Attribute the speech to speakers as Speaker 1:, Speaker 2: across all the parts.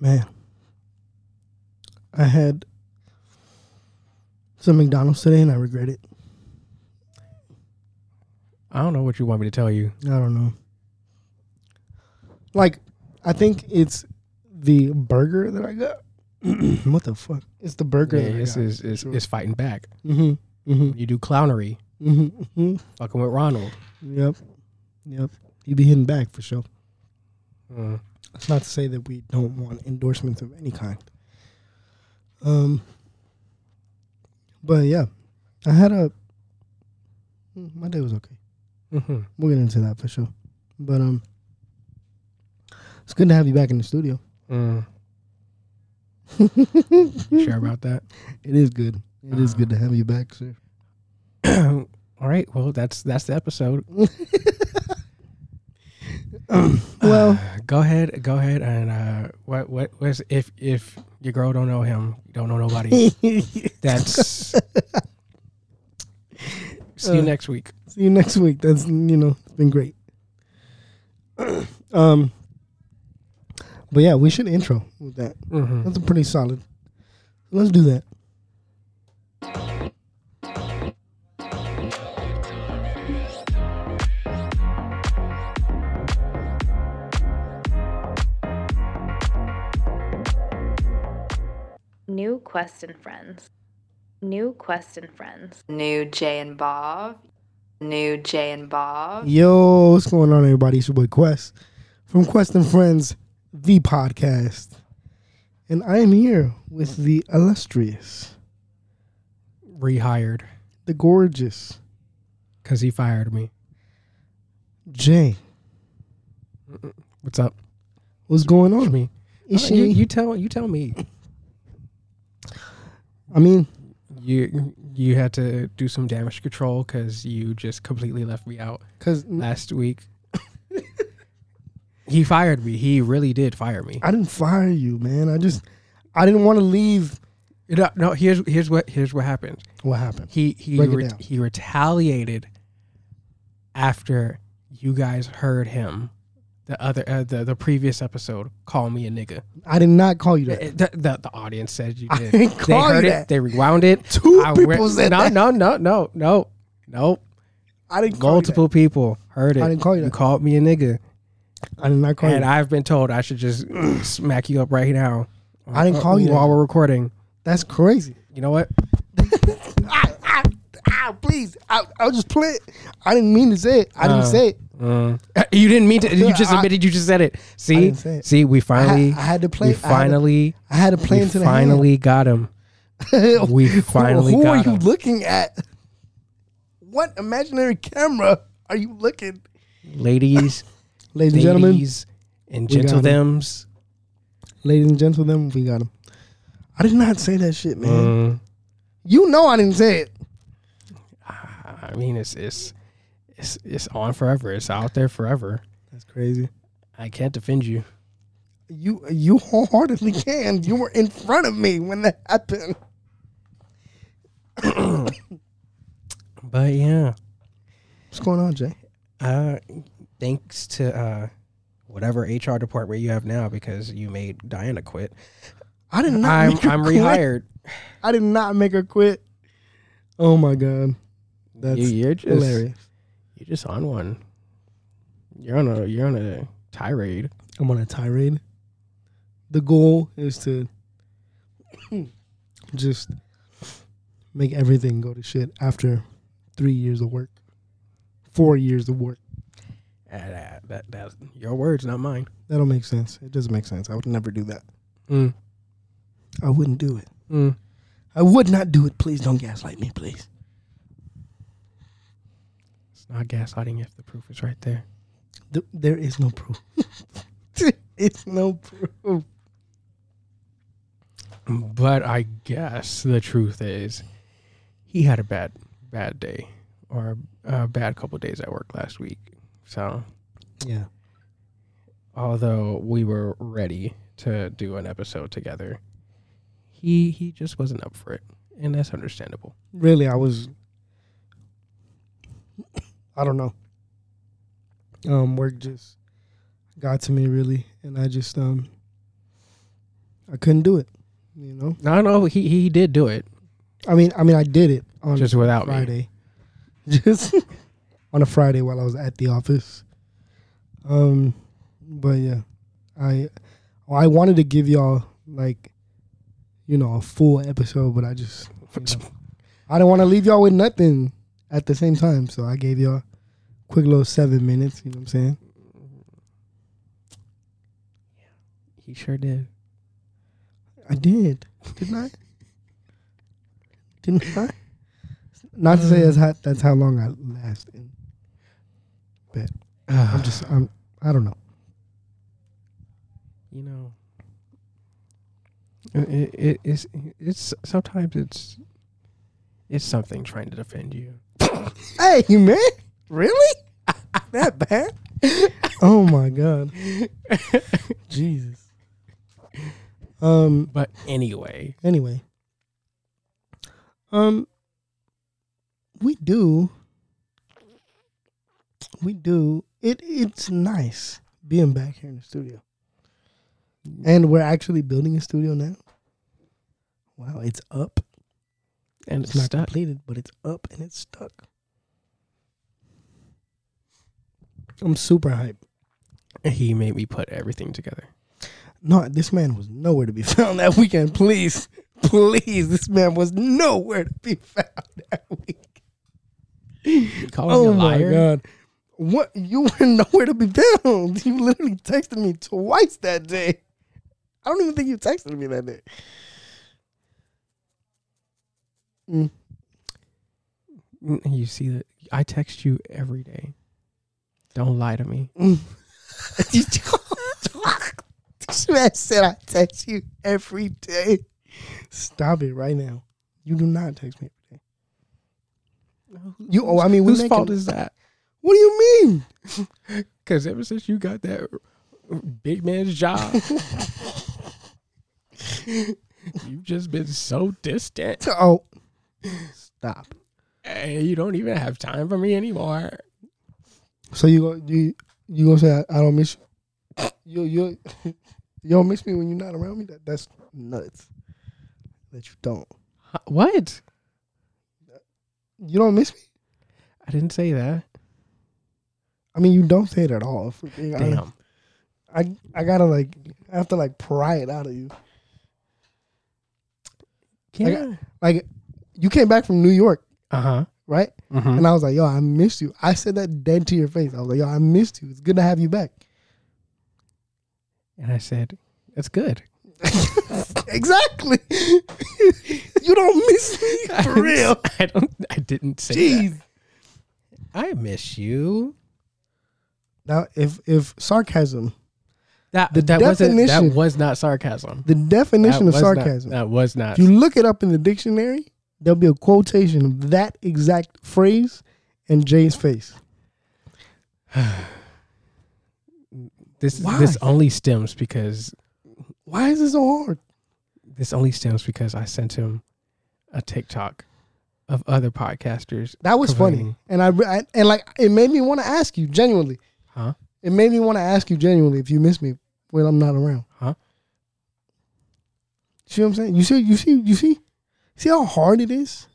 Speaker 1: Man, I had some McDonald's today and I regret it.
Speaker 2: I don't know what you want me to tell you.
Speaker 1: I don't know. Like, I think it's the burger that I got. what the fuck? It's the burger.
Speaker 2: Yeah,
Speaker 1: that I
Speaker 2: it's,
Speaker 1: got.
Speaker 2: it's, it's,
Speaker 1: Sure.
Speaker 2: it's fighting back.
Speaker 1: Mm-hmm. Mm-hmm.
Speaker 2: You do clownery,
Speaker 1: Mm-hmm. hmm
Speaker 2: fucking with Ronald.
Speaker 1: Yep. Yep. He'd be hitting back for sure.
Speaker 2: Mm.
Speaker 1: It's not to say that we don't want endorsements of any kind. Um, but yeah, I had a mm, my day was okay.
Speaker 2: hmm
Speaker 1: We'll get into that for sure. But um, it's good to have you back in the studio.
Speaker 2: Mm. You
Speaker 1: it
Speaker 2: sure about that?
Speaker 1: is good. It is good to have you back, sir.
Speaker 2: All right. Well, that's that's the episode. Uh,
Speaker 1: Well,
Speaker 2: go ahead, go ahead, and uh, what what what's, if if your girl don't know him, don't know nobody.
Speaker 1: see
Speaker 2: That's see you
Speaker 1: Uh.
Speaker 2: next week.
Speaker 1: you next week. That's you know, it's been great. um, but yeah, we should intro with that.
Speaker 2: hmm
Speaker 1: That's a pretty solid. Let's do that.
Speaker 3: New Quest and Friends. New Quest and Friends.
Speaker 4: New Jay and Bob. New Jay and Bob.
Speaker 1: Yo, what's going on, everybody? It's your boy Quest from Quest and Friends, the podcast, and I am here with the illustrious,
Speaker 2: Rehired
Speaker 1: the gorgeous
Speaker 2: because he fired me.
Speaker 1: Jay.
Speaker 2: What's up?
Speaker 1: What's going
Speaker 2: It's
Speaker 1: on?
Speaker 2: me.
Speaker 1: Is
Speaker 2: Uh, You,
Speaker 1: she?
Speaker 2: you tell you tell me.
Speaker 1: I mean,
Speaker 2: You you had to do some damage control because you just completely left me out
Speaker 1: cause
Speaker 2: last week. he fired me. He really did fire me.
Speaker 1: I didn't fire you, man. I just, I didn't want to leave.
Speaker 2: No, no. Here's here's what here's what happened.
Speaker 1: What happened?
Speaker 2: He he
Speaker 1: Break it
Speaker 2: re-
Speaker 1: down.
Speaker 2: he retaliated after you guys heard him the other uh, the the previous episode call me a nigga.
Speaker 1: I did not call you that.
Speaker 2: The, the, the- the audience said you
Speaker 1: I
Speaker 2: did.
Speaker 1: didn't
Speaker 2: they
Speaker 1: call you
Speaker 2: heard it.
Speaker 1: that.
Speaker 2: They rewound it.
Speaker 1: Two
Speaker 2: I
Speaker 1: people
Speaker 2: re-
Speaker 1: said
Speaker 2: no,
Speaker 1: that.
Speaker 2: no no no no no.
Speaker 1: I didn't call
Speaker 2: Multiple people heard it.
Speaker 1: I didn't call you that.
Speaker 2: called me a nigga,
Speaker 1: You that. I did not call you.
Speaker 2: and
Speaker 1: That.
Speaker 2: I've been told I should just smack you up right now. Uh,
Speaker 1: I didn't call you
Speaker 2: while
Speaker 1: that.
Speaker 2: we're recording.
Speaker 1: That's crazy.
Speaker 2: You know what?
Speaker 1: ah, ah, ah, please. I, I was just playing. I didn't mean to say it. I didn't
Speaker 2: Uh,
Speaker 1: say it.
Speaker 2: Mm. You didn't mean to. You just
Speaker 1: I-
Speaker 2: admitted. you just said it. See,
Speaker 1: didn't say it.
Speaker 2: see, we
Speaker 1: I had,
Speaker 2: finally,
Speaker 1: I had to play.
Speaker 2: we finally,
Speaker 1: I had to, I had to play
Speaker 2: we
Speaker 1: into the
Speaker 2: finally got him.
Speaker 1: hand.
Speaker 2: We
Speaker 1: Who-
Speaker 2: finally
Speaker 1: Who,
Speaker 2: got
Speaker 1: are you
Speaker 2: him.
Speaker 1: looking at? What imaginary camera are you looking?
Speaker 2: Ladies,
Speaker 1: Ladies and gentlemen,
Speaker 2: ladies, and
Speaker 1: we got
Speaker 2: gentle
Speaker 1: him.
Speaker 2: thems.
Speaker 1: ladies and gentlemen, we got him. I did not say that shit, man.
Speaker 2: Mm.
Speaker 1: You know I didn't say it.
Speaker 2: I mean, it's it's it's it's on forever. It's out there forever.
Speaker 1: That's crazy.
Speaker 2: I can't defend you.
Speaker 1: You you wholeheartedly can. You were in front of me when that happened.
Speaker 2: But yeah,
Speaker 1: What's going on, Jay?
Speaker 2: uh, thanks to uh, whatever HR department you have now, because you made Diana quit.
Speaker 1: I did not.
Speaker 2: I'm
Speaker 1: make her
Speaker 2: I'm
Speaker 1: quit.
Speaker 2: rehired.
Speaker 1: I did not make her quit. Oh my god, that's
Speaker 2: you, you're just
Speaker 1: hilarious.
Speaker 2: you're just on one. You're on a you're on a tirade.
Speaker 1: I'm on a tirade. The goal is to just make everything go to shit after three years of work, four years of work.
Speaker 2: Uh, that, that, that's your words, not mine.
Speaker 1: That'll make sense. It doesn't make sense. I would never do that.
Speaker 2: Mm.
Speaker 1: I wouldn't do it.
Speaker 2: Mm.
Speaker 1: I would not do it. Please don't gaslight me, please.
Speaker 2: It's not gaslighting if the proof is right there.
Speaker 1: Th- there is no proof. there is no proof.
Speaker 2: But I guess the truth is, he had a bad bad day or a bad couple days at work last week. So
Speaker 1: Yeah.
Speaker 2: although we were ready to do an episode together, he he just wasn't up for it, and that's understandable.
Speaker 1: really i was i don't know um work just got to me really and i just um I couldn't do it. You know,
Speaker 2: No, no, he he did do it
Speaker 1: I mean, I mean, I did it on
Speaker 2: just without me.
Speaker 1: Friday, just on a Friday while I was at the office. Um, but yeah, I I wanted to give y'all like, you know, a full episode, but I just you know, I don't want to leave y'all with nothing at the same time, so I gave y'all a quick little seven minutes. You know what I'm saying?
Speaker 2: He sure did.
Speaker 1: I did, didn't I? didn't I? Not to say that's how, that's how long I lasted.
Speaker 2: Uh,
Speaker 1: I'm just I'm I don't know.
Speaker 2: you know. It, it, it- it's it's sometimes it's it's something trying to defend you.
Speaker 1: Hey man, really? that bad? oh my god, Jesus. Um.
Speaker 2: But anyway,
Speaker 1: Anyway. Um. We do. We do. It it's nice being back here in the studio. And we're actually building a studio now. Wow, it's up.
Speaker 2: and
Speaker 1: It's
Speaker 2: it's,
Speaker 1: not
Speaker 2: stuck.
Speaker 1: completed, but it's up and it's stuck. I'm super hyped.
Speaker 2: He made me put everything together.
Speaker 1: No, this man was nowhere to be found that weekend. Please, please, this man was nowhere to be found that week.
Speaker 2: You call
Speaker 1: Oh,
Speaker 2: me a liar?
Speaker 1: god, what you were nowhere to be found. You literally texted me twice that day. I don't even think you texted me that day. Mm.
Speaker 2: Mm, You see that I text you every day. Don't lie to me.
Speaker 1: this man said I text you every day. Stop it right now. You do not text me every day. You oh I mean we
Speaker 2: Whose fault
Speaker 1: making-
Speaker 2: is that?
Speaker 1: What do you mean?
Speaker 2: Because ever since you got that big man's job, you've just been so distant.
Speaker 1: Oh stop.
Speaker 2: And you don't even have time for me anymore.
Speaker 1: So you go you you gonna say I, I don't miss you? You you you don't miss me when you're not around me? That that's nuts. That you don't.
Speaker 2: What?
Speaker 1: You don't miss me?
Speaker 2: I didn't say that.
Speaker 1: I mean you don't say it at all. if we're being honest.
Speaker 2: Damn.
Speaker 1: I I gotta like I have to like pry it out of you.
Speaker 2: Yeah.
Speaker 1: Like you came back from New York,
Speaker 2: Uh huh.
Speaker 1: right?
Speaker 2: Mm-hmm.
Speaker 1: And I was like, yo, I missed you. I said that dead to your face. I was like, yo, I missed you. It's good to have you back.
Speaker 2: And I said, "That's good."
Speaker 1: exactly. you don't miss me for real.
Speaker 2: I don't. I didn't say
Speaker 1: Jeez.
Speaker 2: that. I miss you.
Speaker 1: Now if if sarcasm,
Speaker 2: That
Speaker 1: The
Speaker 2: that wasn't. That
Speaker 1: definition-
Speaker 2: was not sarcasm.
Speaker 1: the definition
Speaker 2: That
Speaker 1: of
Speaker 2: was not-
Speaker 1: sarcasm.
Speaker 2: that was
Speaker 1: If
Speaker 2: not.
Speaker 1: you look it up in the dictionary, there'll be a quotation of that exact phrase and Jay's face.
Speaker 2: this
Speaker 1: Why?
Speaker 2: this only stems because
Speaker 1: Why is this so hard?
Speaker 2: this only stems because I sent him a TikTok of other podcasters.
Speaker 1: That was funny,
Speaker 2: Covering.
Speaker 1: and I, re- I and like it made me want to ask you genuinely.
Speaker 2: Huh?
Speaker 1: It made me want to ask you genuinely if you miss me when I'm not around.
Speaker 2: Huh?
Speaker 1: See what I'm saying? You see, you see, you see, see how hard it is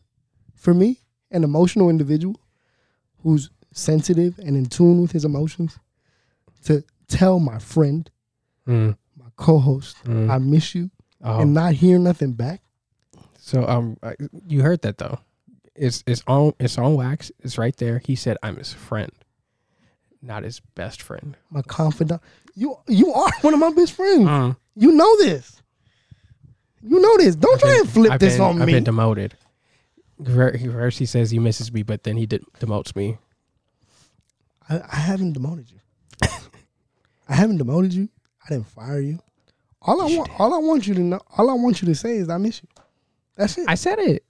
Speaker 1: for me, an emotional individual who's sensitive and in tune with his emotions, to tell my friend,
Speaker 2: Mm,
Speaker 1: my co-host,
Speaker 2: mm.
Speaker 1: I miss you,
Speaker 2: Oh.
Speaker 1: Mm-hmm. and not hear nothing back.
Speaker 2: So um, I- you heard that though. It's it's on it's on wax. It's right there. He said, "I'm his friend, not his best friend."
Speaker 1: My confidant, you you are one of my best friends.
Speaker 2: Mm.
Speaker 1: You know this. You know this. Don't try
Speaker 2: been-
Speaker 1: and flip
Speaker 2: I've
Speaker 1: this
Speaker 2: been-
Speaker 1: on
Speaker 2: I've
Speaker 1: me.
Speaker 2: been demoted. Ver- First, he says he misses me, but then he de- demotes me.
Speaker 1: I, I haven't demoted you. I haven't demoted you. I didn't fire you. All I want, all I want you to know, all I want you to say is I miss you. That's it.
Speaker 2: I said it.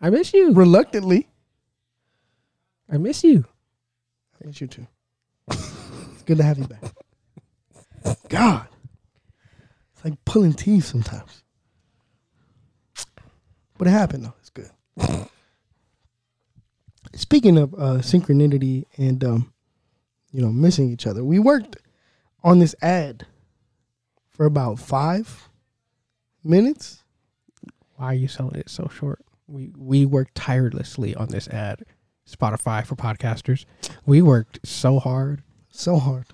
Speaker 2: I miss you.
Speaker 1: Reluctantly,
Speaker 2: I miss you.
Speaker 1: I miss you too. it's good to have you back. God, it's like pulling teeth sometimes. But it happened though. It's good. Speaking of uh, synchronicity and um, you know missing each other, we worked on this ad for about five minutes.
Speaker 2: Why are you selling it so short? We we worked tirelessly on this ad. Spotify for podcasters. We worked so hard.
Speaker 1: So hard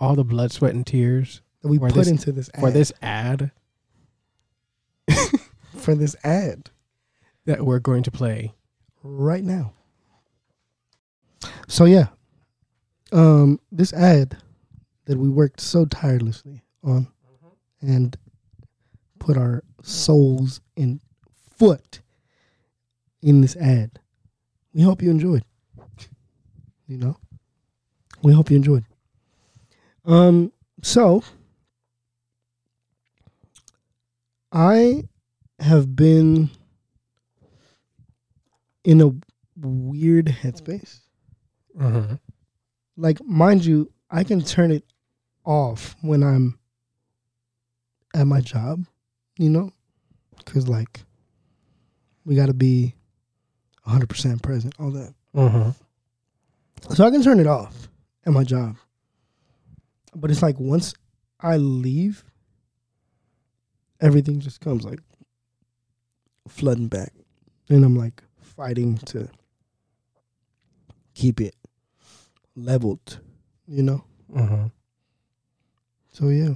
Speaker 2: All the blood, sweat, and tears
Speaker 1: that we
Speaker 2: For
Speaker 1: put
Speaker 2: this-
Speaker 1: into this ad,
Speaker 2: for this ad
Speaker 1: for this ad
Speaker 2: that we're going to play.
Speaker 1: right now. So yeah, um, this ad that we worked so tirelessly on and put our souls and foot in this ad. We hope you enjoyed. You know, we hope you enjoyed. Um, so I have been in a weird headspace. Mm-hmm. Like, mind you, I can turn it off when I'm at my job, you know? Because, like, we got to be 100% present, all that. Mm-hmm. So I can turn it off at my job. But it's like once I leave, everything just comes like flooding back. And I'm like fighting to keep it leveled, you know? Mm-hmm. So yeah.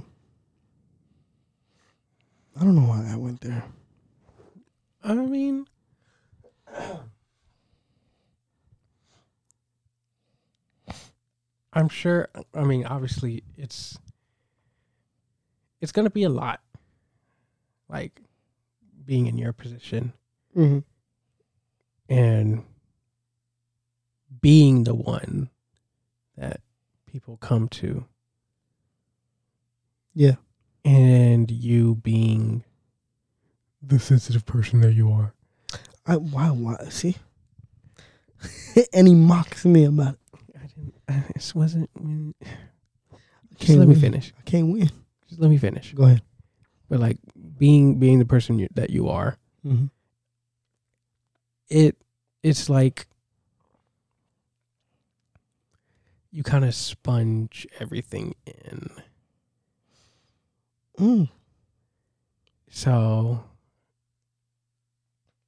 Speaker 1: I don't know why I went there.
Speaker 2: I mean, I'm sure. I mean, obviously, it's it's gonna be a lot, like being in your position
Speaker 1: Mm-hmm.
Speaker 2: and being the one that people come to.
Speaker 1: Yeah.
Speaker 2: and you being the sensitive person that you are.
Speaker 1: I why why see? and he mocks me about it.
Speaker 2: I didn't. I, this wasn't. mm,
Speaker 1: I
Speaker 2: Just let me
Speaker 1: win.
Speaker 2: finish.
Speaker 1: I can't win.
Speaker 2: Just let me finish.
Speaker 1: Go ahead.
Speaker 2: But like being being the person you, that you are,
Speaker 1: Mm-hmm.
Speaker 2: it it's like you kind of sponge everything in.
Speaker 1: Mm.
Speaker 2: So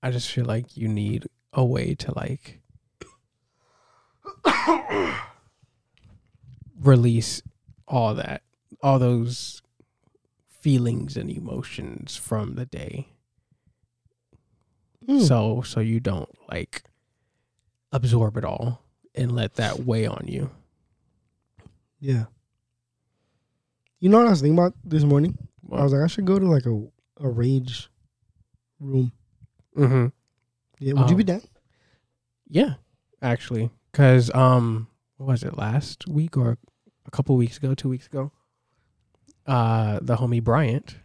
Speaker 2: I just feel like you need a way to like release all that, all those feelings and emotions from the day.
Speaker 1: Mm.
Speaker 2: So so you don't like absorb it all and let that weigh on you.
Speaker 1: Yeah. You know what I was thinking about this morning?
Speaker 2: What?
Speaker 1: I was like, I should go to like a, a rage room.
Speaker 2: Mm-hmm.
Speaker 1: Yeah, would you be
Speaker 2: Um,
Speaker 1: down?
Speaker 2: Yeah, actually, because um, what was it last week or a couple weeks ago, two weeks ago? Uh, the homie Bryant,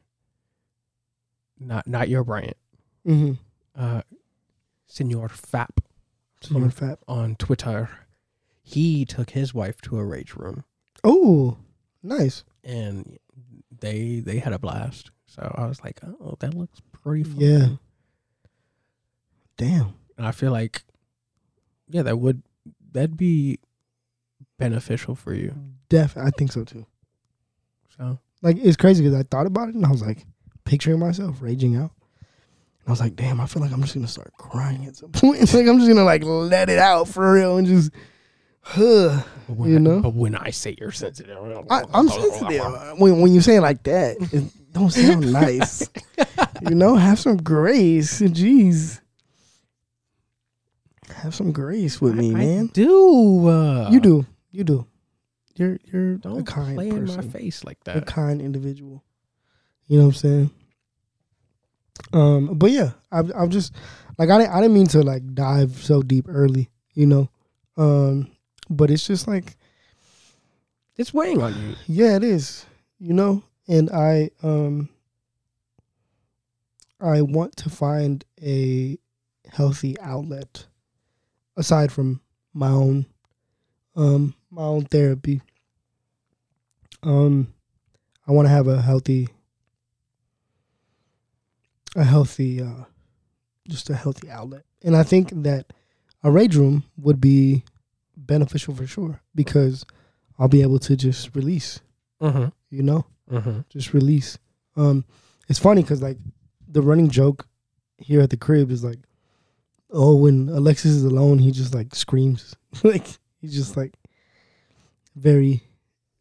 Speaker 2: not not your Bryant,
Speaker 1: Mm-hmm.
Speaker 2: uh, Senor Fap
Speaker 1: Someone fat.
Speaker 2: on Twitter, he took his wife to a rage room
Speaker 1: Oh, nice.
Speaker 2: and they they had a blast. So I was like, oh, that looks pretty fun.
Speaker 1: Yeah. Damn.
Speaker 2: And I feel like, yeah, that would that'd be beneficial for you.
Speaker 1: Def. I think so too.
Speaker 2: So
Speaker 1: Like it's crazy because I thought about it and I was like picturing myself raging out. And I was like, damn, I feel like I'm just gonna start crying at some point. It's like I'm just gonna like let it out for real and just, huh.
Speaker 2: But when
Speaker 1: You
Speaker 2: I-
Speaker 1: know?
Speaker 2: but when I say you're sensitive,
Speaker 1: I,
Speaker 2: oh,
Speaker 1: I'm sensitive. When when you say it like that, it don't sound nice. you know, have some grace. Jeez. Have some grace with me,
Speaker 2: I
Speaker 1: man.
Speaker 2: do. Uh,
Speaker 1: you do. You do. You're you're a
Speaker 2: Don't
Speaker 1: kind
Speaker 2: play in my
Speaker 1: person.
Speaker 2: face like
Speaker 1: a
Speaker 2: that.
Speaker 1: kind individual. You know what I'm saying? Um, but yeah, I've I've just like I didn't I didn't mean to like dive so deep early, you know. Um, but it's just like
Speaker 2: It's weighing on you.
Speaker 1: yeah, it is. You know, and I um I want to find a healthy outlet aside from my own um my own therapy. Um I want to have a healthy a healthy uh just a healthy outlet. And I think that a rage room would be beneficial for sure because I'll be able to just release
Speaker 2: Mm-hmm.
Speaker 1: you know
Speaker 2: Mm-hmm.
Speaker 1: just release. Um, it's funny because like the running joke here at the crib is like, oh, when Alexis is alone, he just like screams, like he's just like very,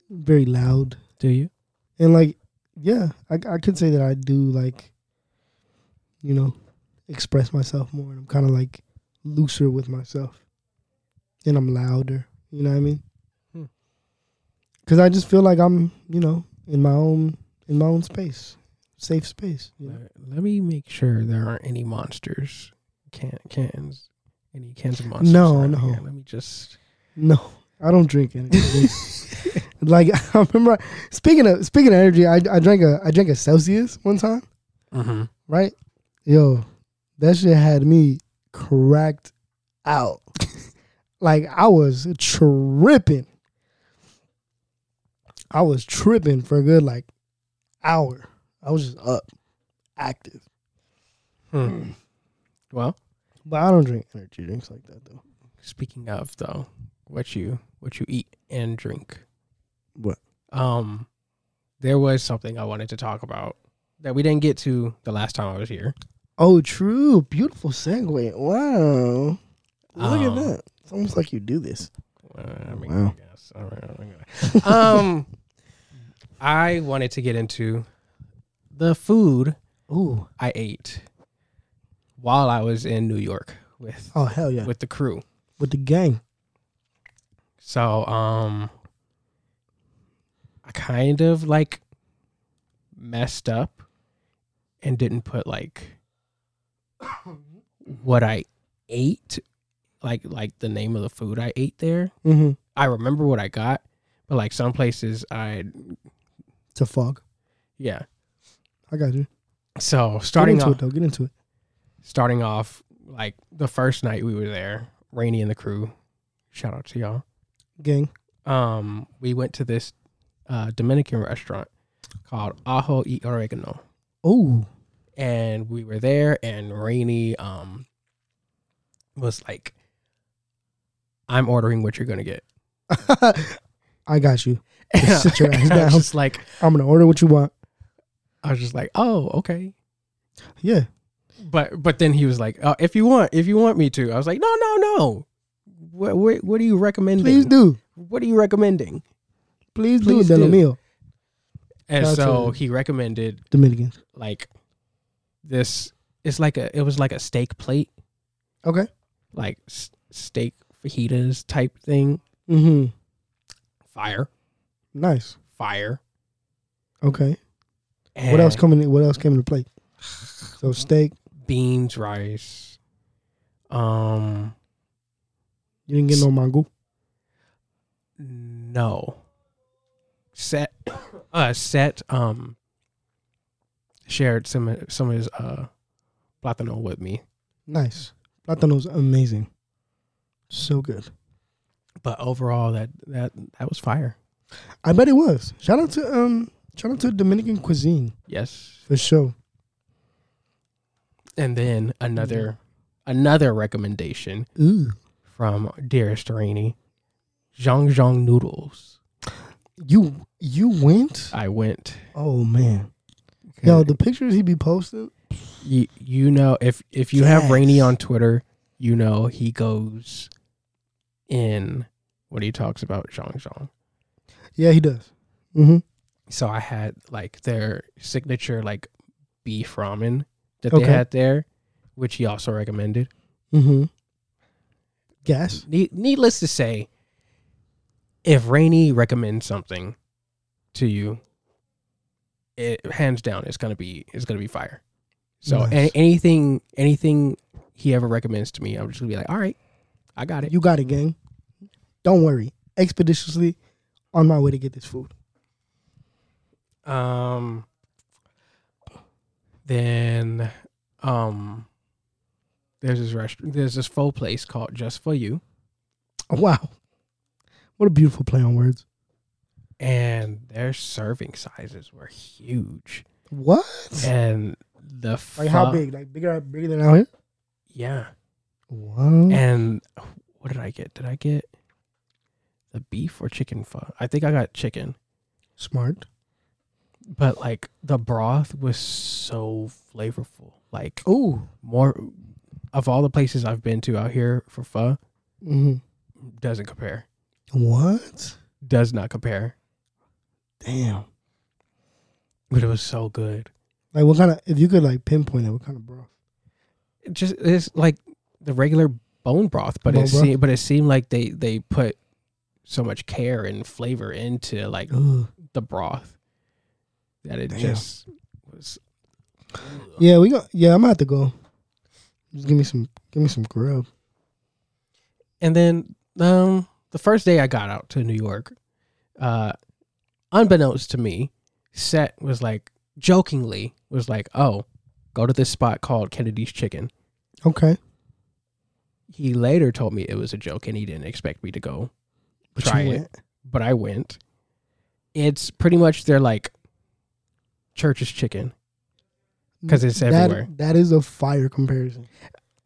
Speaker 1: very loud,
Speaker 2: Do you?
Speaker 1: and like yeah, I I could say that I do like, you know, express myself more, and I'm kind of like looser with myself, and I'm louder. You know what I mean?
Speaker 2: Hmm.
Speaker 1: Because I just feel like I'm, you know, in my own in my own space, safe space. You know?
Speaker 2: Let- Let me make sure there aren't any monsters. Can cans. Any cans of monsters?
Speaker 1: No,
Speaker 2: around
Speaker 1: no.
Speaker 2: here. Let me just.
Speaker 1: No, I don't drink energy. like I remember speaking of speaking of energy, I I drank a I drank a Celsius one time,
Speaker 2: Mm-hmm.
Speaker 1: right? Yo, that shit had me cracked out. like I was tripping. I was tripping for a good like hour. I was just up, active.
Speaker 2: hmm.
Speaker 1: Mm.
Speaker 2: Well,
Speaker 1: But I don't drink energy drinks like that though.
Speaker 2: speaking of though, what you what you eat and drink.
Speaker 1: What?
Speaker 2: Um, there was something I wanted to talk about that we didn't get to the last time I was here.
Speaker 1: Oh, true. Beautiful segue. Wow. Look
Speaker 2: Um,
Speaker 1: at that. It's almost like you do this.
Speaker 2: Uh, I mean,
Speaker 1: Wow.
Speaker 2: I guess. All right, all right, all right. um, I wanted to get into the food
Speaker 1: Ooh.
Speaker 2: I ate while I was in New York with
Speaker 1: Oh, hell yeah. With,
Speaker 2: with the crew.
Speaker 1: the gang.
Speaker 2: So, um, I kind of like messed up and didn't put like what I ate, like like the name of the food I ate there.
Speaker 1: Mm-hmm.
Speaker 2: I remember what I got, but like some places I
Speaker 1: To fog.
Speaker 2: yeah.
Speaker 1: I got you.
Speaker 2: So starting
Speaker 1: Get into
Speaker 2: off,
Speaker 1: it, though. Get into it.
Speaker 2: starting off like the first night we were there, Rainy and the crew, shout out to y'all.
Speaker 1: Gang.
Speaker 2: Um, we went to this uh, Dominican restaurant called Ajo y Oregano,
Speaker 1: Oh.
Speaker 2: and we were there, and Rainy um was like, "I'm ordering what you're gonna get."
Speaker 1: I got you.
Speaker 2: And
Speaker 1: Sit your ass
Speaker 2: I
Speaker 1: down.
Speaker 2: was just like,
Speaker 1: I'm going to order what you want.
Speaker 2: I was just like, "Oh, okay."
Speaker 1: Yeah.
Speaker 2: But but then he was like, oh, "If you want, if you want me to," I was like, "No, no, no." What what, what are you recommending?
Speaker 1: Please do.
Speaker 2: What are you recommending?
Speaker 1: Please,
Speaker 2: Please
Speaker 1: do.
Speaker 2: do.
Speaker 1: Del Mio.
Speaker 2: And
Speaker 1: Shout out
Speaker 2: so
Speaker 1: to-
Speaker 2: he recommended
Speaker 1: Dominicans.
Speaker 2: like this. It's like a. It was like a steak plate,
Speaker 1: Okay.
Speaker 2: like s- steak fajitas type thing.
Speaker 1: Mm-hmm.
Speaker 2: Fire,
Speaker 1: Nice.
Speaker 2: fire.
Speaker 1: Okay. what else
Speaker 2: and
Speaker 1: coming? in- What else came to play? So steak.
Speaker 2: beans, rice. Um,
Speaker 1: You didn't get no mango.
Speaker 2: no. Set, uh, set. Um, shared some of- some of his uh, platano with me.
Speaker 1: Nice. Platano's amazing. So good.
Speaker 2: But overall, that that that was fire.
Speaker 1: I bet it was. Shout out to um shout out to Dominican cuisine
Speaker 2: Yes.
Speaker 1: for sure.
Speaker 2: And then
Speaker 1: Mm.
Speaker 2: another another recommendation
Speaker 1: Ooh.
Speaker 2: from dearest Rainy, Zhang Zhang noodles.
Speaker 1: You you went?
Speaker 2: I went.
Speaker 1: Oh man. Yo, the pictures he be posting.
Speaker 2: you, you know if if you have Rainy
Speaker 1: Yes.
Speaker 2: on Twitter, you know he goes in when he talks about Zhang Zhang.
Speaker 1: Yeah, he does. Mm-hmm.
Speaker 2: So I had like their signature like beef ramen that they
Speaker 1: Okay.
Speaker 2: had there, which he also recommended.
Speaker 1: Mm-hmm. Gas.
Speaker 2: Ne- needless to say, if Rainey recommends something to you, it hands down it's gonna be it's gonna be fire. So a-
Speaker 1: Nice.
Speaker 2: anything anything he ever recommends to me, I'm just gonna be like, all right, I got it.
Speaker 1: You got it, gang. Don't worry. Expeditiously on my way to get this food.
Speaker 2: Um, then um, there's this restaurant. There's this faux place called Just for You,
Speaker 1: Oh, wow. What a beautiful play on words.
Speaker 2: and their serving sizes were huge.
Speaker 1: What?
Speaker 2: And the
Speaker 1: Like how
Speaker 2: pho-
Speaker 1: big? Like bigger bigger than out here?
Speaker 2: Yeah.
Speaker 1: Wow.
Speaker 2: And what did I get? Did I get the beef or chicken pho? I think I got chicken.
Speaker 1: Smart.
Speaker 2: but like the broth was so flavorful. Like
Speaker 1: Oh,
Speaker 2: more of all the places I've been to out here for pho doesn't compare.
Speaker 1: Mm-hmm. what?
Speaker 2: Does not compare.
Speaker 1: Damn.
Speaker 2: But it was so good.
Speaker 1: Like what kind of? If you could like pinpoint it, what kind of broth?
Speaker 2: It just it's like the regular bone broth, but
Speaker 1: Bone
Speaker 2: it
Speaker 1: broth?
Speaker 2: se- but it seemed like they they put so much care and flavor into like
Speaker 1: Ugh.
Speaker 2: the broth that it
Speaker 1: Damn.
Speaker 2: just was.
Speaker 1: Yeah, we got. Yeah, I'm gonna have to go. Just give me some. Give me some grub.
Speaker 2: And then um the first day I got out to New York, uh unbeknownst to me, Set was like jokingly was like, "Oh, go to this spot called Kennedy's Chicken."
Speaker 1: Okay.
Speaker 2: He later told me it was a joke and he didn't expect me to go,
Speaker 1: But
Speaker 2: Try
Speaker 1: you
Speaker 2: it.
Speaker 1: went.
Speaker 2: but I went. It's pretty much their like church's chicken because it's
Speaker 1: That-
Speaker 2: everywhere.
Speaker 1: that is a fire comparison.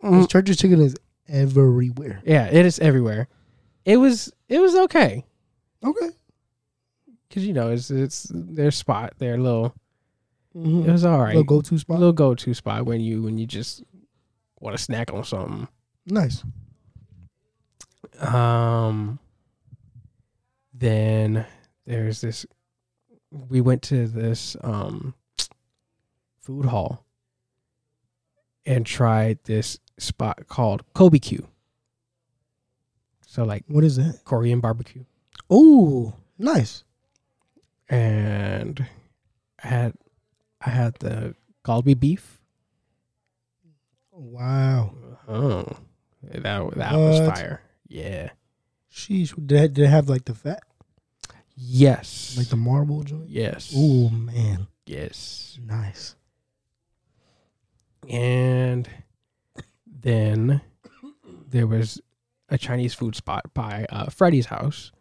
Speaker 2: Mm.
Speaker 1: This church's chicken is everywhere.
Speaker 2: Yeah, it is everywhere. It was it was okay
Speaker 1: Okay.
Speaker 2: because you know it's it's their spot, their little.
Speaker 1: Mm-hmm.
Speaker 2: It was all right.
Speaker 1: Little go-to
Speaker 2: a
Speaker 1: spot.
Speaker 2: little go-to spot when you when you just want to snack on something.
Speaker 1: nice.
Speaker 2: Um, then there's this. We went to this um food hall and tried this spot called Kobe Q. So like
Speaker 1: What is that?
Speaker 2: Korean barbecue,
Speaker 1: Oh, nice.
Speaker 2: and I had I had the galbi beef.
Speaker 1: Wow.
Speaker 2: Oh, that that was
Speaker 1: What?
Speaker 2: fire! Yeah.
Speaker 1: Sheesh. Did it, did it have like the fat,
Speaker 2: Yes.
Speaker 1: like the marble joint?
Speaker 2: yes.
Speaker 1: Oh man,
Speaker 2: Yes.
Speaker 1: nice.
Speaker 2: And then there was a Chinese food spot by uh, Freddy's house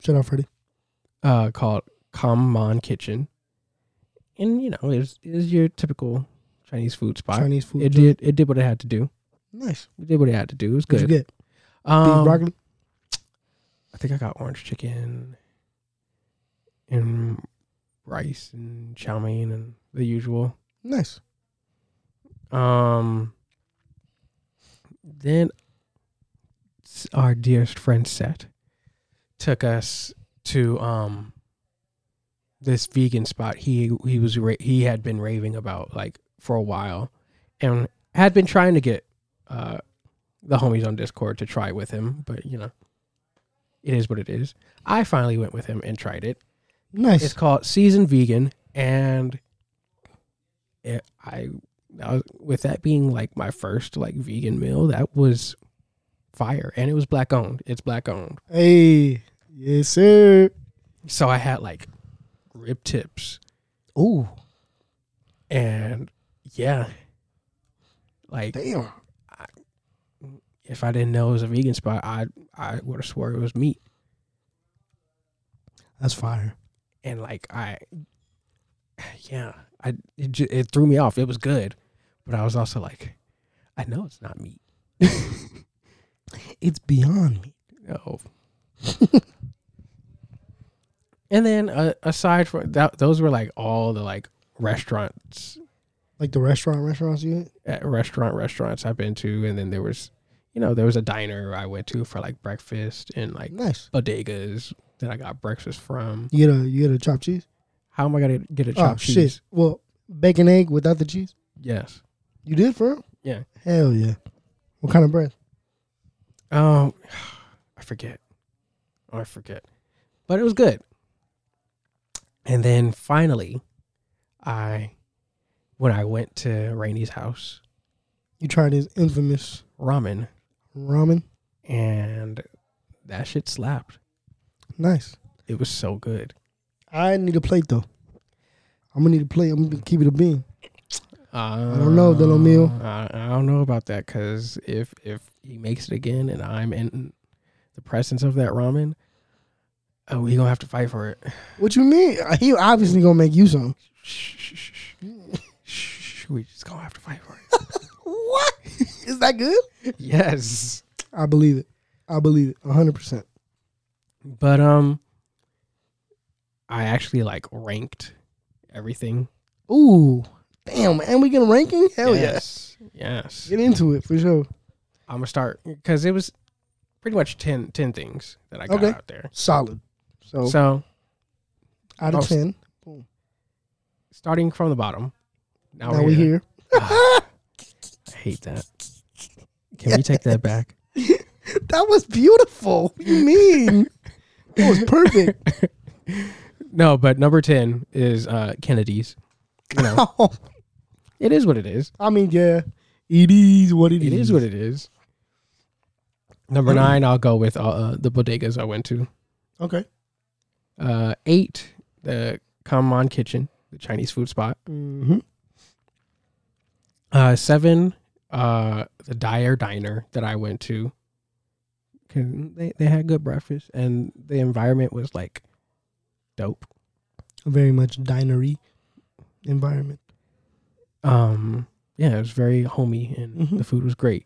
Speaker 1: Shout out, Freddie.
Speaker 2: uh, called Kamon Kitchen. And you know, it was, it was your typical Chinese food spot.
Speaker 1: Chinese food.
Speaker 2: it
Speaker 1: joint.
Speaker 2: did it did what it had to do.
Speaker 1: Nice.
Speaker 2: It did what it had to do. It was
Speaker 1: What'd
Speaker 2: good.
Speaker 1: you get? Beef
Speaker 2: Um,
Speaker 1: broccoli.
Speaker 2: I think I got orange chicken and rice and chow mein and the usual.
Speaker 1: Nice.
Speaker 2: Um, then s- our dearest friend Seth took us to um this vegan spot he he was ra- he had been raving about like for a while and had been trying to get uh the homies on discord to try with him but you know it is what it is i finally went with him and tried it it's
Speaker 1: Nice.
Speaker 2: called Seasoned Vegan, and it, I, I was- with that being like my first like vegan meal, that was fire, and it was black owned. It's black owned,
Speaker 1: Hey, yes sir.
Speaker 2: so I had like rib tips,
Speaker 1: Oh,
Speaker 2: and yeah, like
Speaker 1: damn.
Speaker 2: if I didn't know it was a vegan spot, I I would have swore it was meat,
Speaker 1: That's fire.
Speaker 2: and like I, yeah, I it, ju- it threw me off. It was good, but I was also like, I know it's not meat.
Speaker 1: It's beyond me. oh.
Speaker 2: No. and then uh, aside from that, those were like all the like restaurants,
Speaker 1: Like the restaurant, restaurants you hit?
Speaker 2: uh, restaurant restaurants I've been to, and then there was, you know, there was a diner I went to for like breakfast and like
Speaker 1: Nice.
Speaker 2: bodegas that I got breakfast from.
Speaker 1: You get a you get a chopped cheese.
Speaker 2: How am I gonna get a chopped
Speaker 1: oh
Speaker 2: cheese?
Speaker 1: shit. Well, bacon egg without the cheese.
Speaker 2: Yes.
Speaker 1: You did for real?
Speaker 2: Yeah.
Speaker 1: Hell yeah. What kind of bread?
Speaker 2: Um, I forget. Oh, I forget. But it was good. And then finally, I, when I went to Rainey's house,
Speaker 1: You tried his infamous
Speaker 2: ramen,
Speaker 1: ramen.
Speaker 2: and that shit slapped.
Speaker 1: Nice.
Speaker 2: It was so good.
Speaker 1: I need a plate though. I'm gonna need a plate. I'm gonna keep it a bean.
Speaker 2: I
Speaker 1: don't know, little meal.
Speaker 2: Uh, I, I don't know about that because if if he makes it again and I'm in the presence of that ramen, oh, we gonna have to fight for it.
Speaker 1: What you mean? Uh, He obviously gonna make you some.
Speaker 2: Shh, shh, shh, shh. Shh, we just gonna have to fight for it.
Speaker 1: What? Is that good?
Speaker 2: yes.
Speaker 1: I believe it. I believe it. hundred percent.
Speaker 2: But um I actually like ranked everything.
Speaker 1: Ooh, damn! And we get a ranking? Hell
Speaker 2: yes. Yes.
Speaker 1: yeah! Get into it for sure.
Speaker 2: I'm gonna start because it was pretty much 10, 10 things that I got
Speaker 1: Okay. Oh.
Speaker 2: out there.
Speaker 1: Solid. So,
Speaker 2: So
Speaker 1: out of
Speaker 2: oh,
Speaker 1: ten,
Speaker 2: starting from the bottom.
Speaker 1: now, we're here.
Speaker 2: I hate that. Can we take that back?
Speaker 1: That was beautiful. What do you mean? that was perfect.
Speaker 2: No, but number ten is uh, Kennedy's. You know,
Speaker 1: Oh,
Speaker 2: it is what it is.
Speaker 1: I mean, yeah, it is what
Speaker 2: It is what it is. Number
Speaker 1: Mm.
Speaker 2: nine, I'll go with uh, uh, the bodegas I went to.
Speaker 1: Okay.
Speaker 2: Uh, eight, the Kamon Kitchen, the Chinese food spot.
Speaker 1: Mm-hmm.
Speaker 2: Uh, seven, uh, the Dyer Diner that I went to. 'Cause they, they had good breakfast and the environment was like dope.
Speaker 1: Very much dinery environment.
Speaker 2: Um, yeah, it was very homey and
Speaker 1: Mhm.
Speaker 2: the food was great.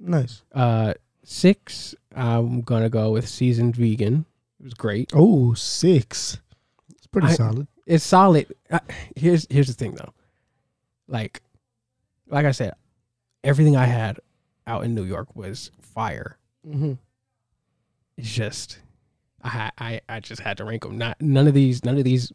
Speaker 1: Nice.
Speaker 2: Uh, six, I'm gonna go with seasoned vegan. It was great.
Speaker 1: Oh, six. It's pretty
Speaker 2: I-
Speaker 1: solid.
Speaker 2: It's solid. Uh, here's here's the thing though, like, like I said, everything I had out in New York was fire.
Speaker 1: Mm-hmm.
Speaker 2: It's just, I ha- I I just had to rank them. Not none of these none of these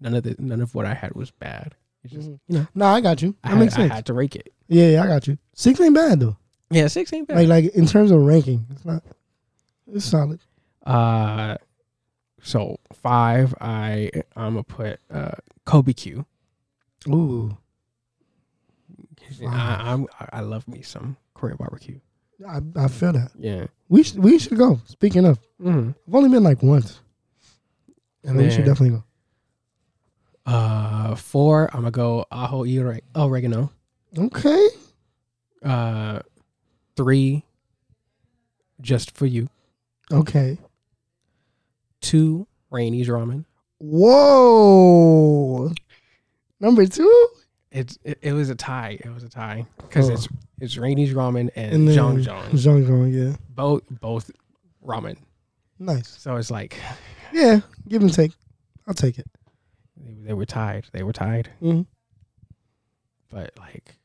Speaker 2: none of the none of what I had was bad. It's just
Speaker 1: Mhm.
Speaker 2: you know
Speaker 1: No, I got you.
Speaker 2: I,
Speaker 1: That
Speaker 2: had,
Speaker 1: makes
Speaker 2: I
Speaker 1: sense.
Speaker 2: had to rank it.
Speaker 1: yeah, yeah, I got you. Six ain't bad though.
Speaker 2: Yeah, six ain't bad.
Speaker 1: Like, like in terms of ranking, it's not. It's solid.
Speaker 2: Uh, so five, I I'm gonna put uh Kobe Q.
Speaker 1: Ooh,
Speaker 2: I, I'm I love me some Korean barbecue.
Speaker 1: I, I feel that.
Speaker 2: Yeah.
Speaker 1: We should we should go. Speaking of,
Speaker 2: Mm-hmm.
Speaker 1: I've only been like once, and we should
Speaker 2: Yeah.
Speaker 1: definitely
Speaker 2: Uh, four, I'm gonna go ajo y ore- oregano.
Speaker 1: go. Okay.
Speaker 2: Uh, three, just for you.
Speaker 1: Okay.
Speaker 2: Two, Rainey's ramen.
Speaker 1: Whoa. Number two.
Speaker 2: It's it, it was a tie. It was a tie because
Speaker 1: Oh.
Speaker 2: it's it's Rainey's ramen
Speaker 1: And
Speaker 2: and
Speaker 1: then-
Speaker 2: Jong Jong.
Speaker 1: Zhang Zhang, yeah.
Speaker 2: Both both ramen.
Speaker 1: Nice.
Speaker 2: So it's like
Speaker 1: Yeah. Give and take. I'll take it.
Speaker 2: they, they were tied. They were tied.
Speaker 1: Mhm.
Speaker 2: But like,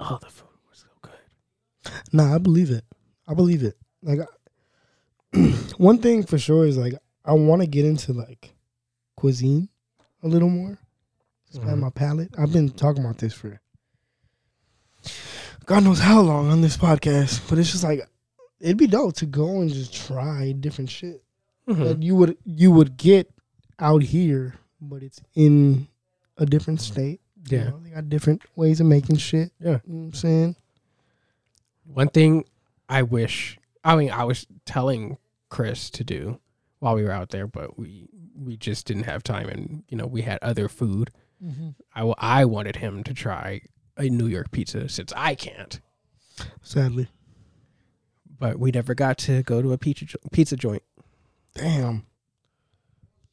Speaker 2: oh, the food was so good.
Speaker 1: Nah, I believe it. I believe it. Like, I, one thing for sure is like I want to get into like cuisine a little more, expand
Speaker 2: Mhm.
Speaker 1: my palate. I've been talking about this for God knows how long on this podcast, but it's just like it'd be dope to go and just try different shit
Speaker 2: Hmm.
Speaker 1: that you would you would get out here, but it's in a different state. you
Speaker 2: Yeah.
Speaker 1: know? they got different ways of making shit.
Speaker 2: Yeah.
Speaker 1: you know what I'm saying.
Speaker 2: One thing I wish, I mean, I was telling Chris to do while we were out there, but we we just didn't have time, and you know, we had other food.
Speaker 1: Mm-hmm.
Speaker 2: I wa- I wanted him to try a New York pizza since I can't,
Speaker 1: Sadly,
Speaker 2: but we never got to go to a pizza jo- pizza joint.
Speaker 1: damn,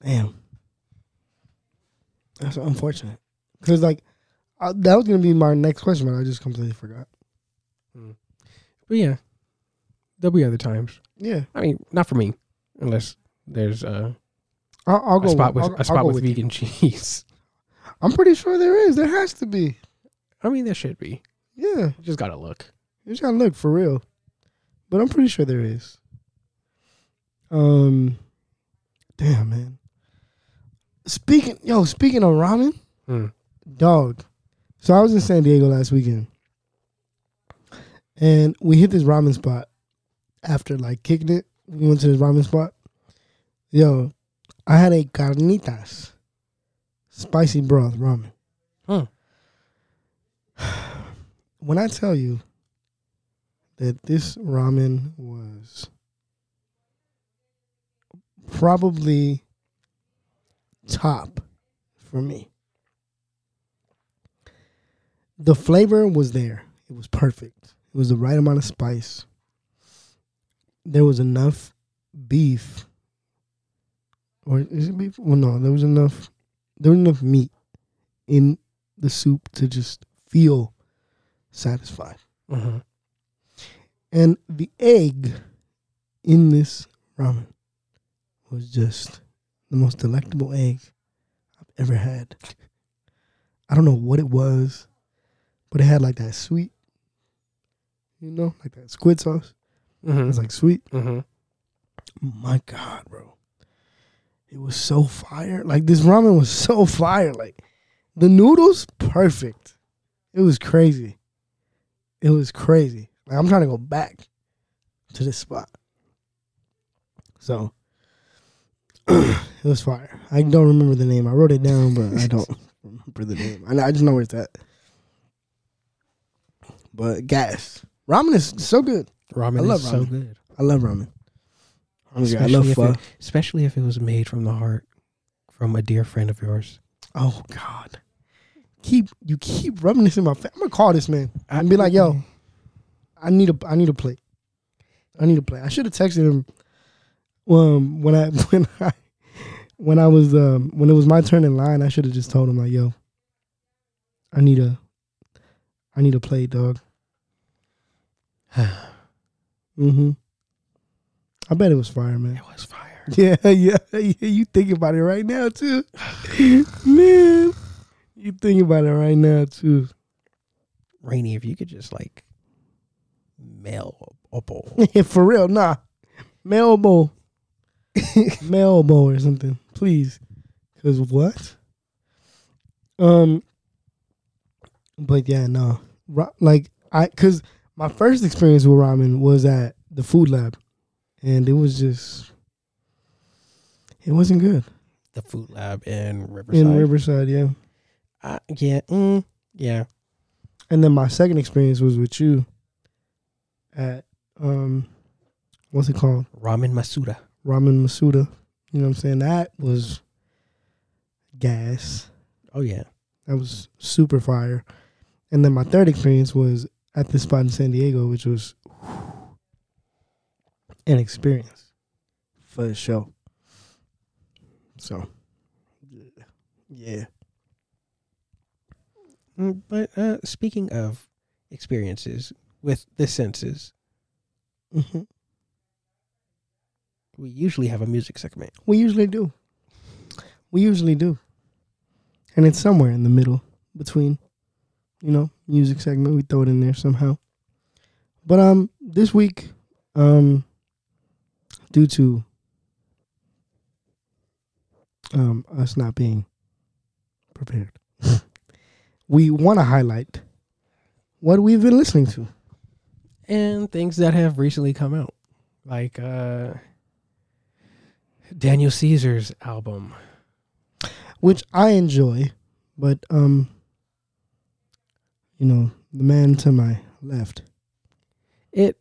Speaker 1: damn, that's unfortunate. Because like I, that was gonna be my next question, but I just completely forgot.
Speaker 2: But yeah, there'll be other times.
Speaker 1: Yeah,
Speaker 2: I mean, not for me, unless there's a,
Speaker 1: I'll, I'll go
Speaker 2: a spot with
Speaker 1: I'll-
Speaker 2: a
Speaker 1: I'll
Speaker 2: spot
Speaker 1: go
Speaker 2: with,
Speaker 1: you.
Speaker 2: vegan cheese.
Speaker 1: I'm pretty sure there is. There has to be.
Speaker 2: I mean, there should be.
Speaker 1: Yeah,
Speaker 2: You just gotta look.
Speaker 1: You just gotta look for real. But I'm pretty sure there is. Um Damn man. Speaking yo, speaking of ramen,
Speaker 2: Hmm.
Speaker 1: dog. So I was in San Diego last weekend. And we hit this ramen spot after like kicking it. We went to this ramen spot. Yo, I had a carnitas spicy broth ramen.
Speaker 2: Hmm.
Speaker 1: When I tell you that this ramen was probably top for me. The flavor was there. It was perfect. It was the right amount of spice. There was enough beef. Or is it beef? Well, no, there was enough. There was enough meat in the soup to just feel satisfied
Speaker 2: Mm-hmm.
Speaker 1: and the egg in this ramen was just the most delectable egg ever had. I don't know what it was, but it had like that sweet, you know, like that squid sauce. It was
Speaker 2: Mm-hmm.
Speaker 1: like sweet.
Speaker 2: Mm-hmm.
Speaker 1: My God, bro. It was so fire. Like this ramen was so fire. Like the noodles, perfect. It was crazy. It was crazy. Like I'm trying to go back to this spot. So it was fire. I don't remember the name. I wrote it down, but I don't remember the name. I, know- I just know where it's at. But gas. Ramen is so good.
Speaker 2: Ramen
Speaker 1: I love
Speaker 2: is so
Speaker 1: ramen.
Speaker 2: good.
Speaker 1: I love ramen. Oh, yeah, I
Speaker 2: Especially
Speaker 1: love
Speaker 2: if
Speaker 1: pho.
Speaker 2: it- especially if it was made from the heart from a dear friend of yours.
Speaker 1: Oh God. Keep you keep rubbing this in my face. I'm gonna call this man and be like, yo, I need a I need a plate. I need a plate. I should have texted him um when I when I when I was um when it was my turn in line, I should have just told him like, yo, I need a I need a plate, dog.
Speaker 2: it
Speaker 1: Mm-hmm. I bet it was fire, man.
Speaker 2: was fire.
Speaker 1: Yeah, yeah, yeah. You think about it right now too, man. You think about it right now too.
Speaker 2: Rainy, if you could just like melt a bowl.
Speaker 1: For real, nah. Melbo, Melbo or something, please. Cause what? Um. But yeah, no. Ra- like I, cause my first experience with ramen was at the food lab, and it was just, it wasn't good
Speaker 2: the food lab in Riverside.
Speaker 1: in Riverside. Yeah.
Speaker 2: Uh, yeah, mm, yeah.
Speaker 1: And then my second experience was with you at um what's it called?
Speaker 2: Ramen Masuda.
Speaker 1: Ramen Masuda. You know what I'm saying? That was gas.
Speaker 2: Oh yeah.
Speaker 1: That was super fire. And then my third experience was at this spot in San Diego, which was an experience for the show. So yeah. yeah.
Speaker 2: Mm, But uh, speaking of experiences with the senses,
Speaker 1: Mhm.
Speaker 2: we usually have a music segment.
Speaker 1: We usually do. We usually do. And it's somewhere in the middle between, you know, music segment. We throw it in there somehow. But um, this week, um, due to um us not being prepared, we want to highlight what we've been listening to.
Speaker 2: and things that have recently come out, like uh, Daniel Caesar's album.
Speaker 1: which I enjoy, but um, you know, the man to my left,
Speaker 2: It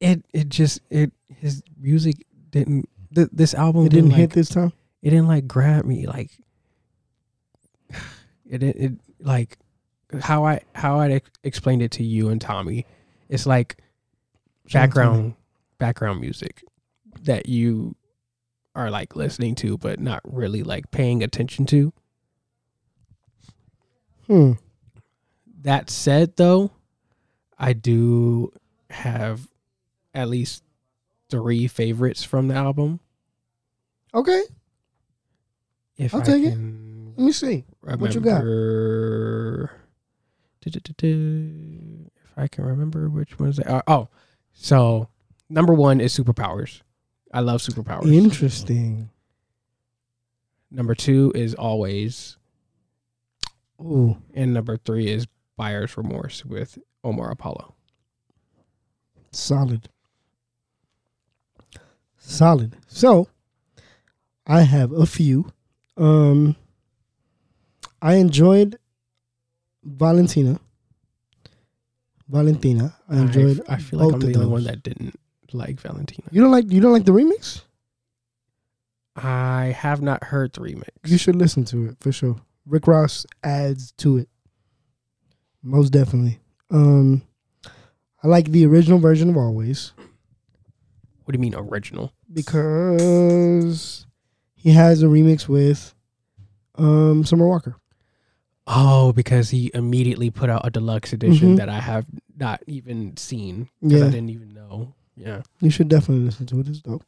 Speaker 2: it it just it his music didn't th- this album
Speaker 1: it didn't
Speaker 2: like,
Speaker 1: hit this time.
Speaker 2: it didn't like grab me like it it, it like how I how I ex- explained it to you and Tommy. It's like
Speaker 1: Shout out to
Speaker 2: background background music that you are like listening to but not really like paying attention to.
Speaker 1: me. Hmm.
Speaker 2: That said though, I do have at least three favorites from the album.
Speaker 1: Okay,
Speaker 2: If
Speaker 1: I'll
Speaker 2: I
Speaker 1: take it.
Speaker 2: can
Speaker 1: let me see.
Speaker 2: remember
Speaker 1: What you got?
Speaker 2: Du-du-du-du. if I can remember which ones they are. Oh, so number one is superpowers. I love superpowers.
Speaker 1: Interesting.
Speaker 2: Number two is always,
Speaker 1: Ooh,
Speaker 2: and number three is buyer's remorse with Omar Apollo.
Speaker 1: solid, solid. So, I have a few. Um, I enjoyed Valentina. Valentina, I
Speaker 2: I-
Speaker 1: enjoyed.
Speaker 2: I, feel like
Speaker 1: both
Speaker 2: I'm
Speaker 1: of
Speaker 2: the only one
Speaker 1: those.
Speaker 2: that didn't like Valentina.
Speaker 1: you don't like. You don't like the remix.
Speaker 2: I have not heard the remix.
Speaker 1: You should listen to it for sure. Rick Ross adds to it. Most definitely. Um I like the original version of Always
Speaker 2: What do you mean original?
Speaker 1: because he has a remix with um Summer Walker.
Speaker 2: Oh, because he immediately put out a deluxe edition
Speaker 1: Mhm.
Speaker 2: that I have not even seen because I
Speaker 1: Yeah.
Speaker 2: didn't even know. Yeah.
Speaker 1: You should definitely listen to it. It's dope.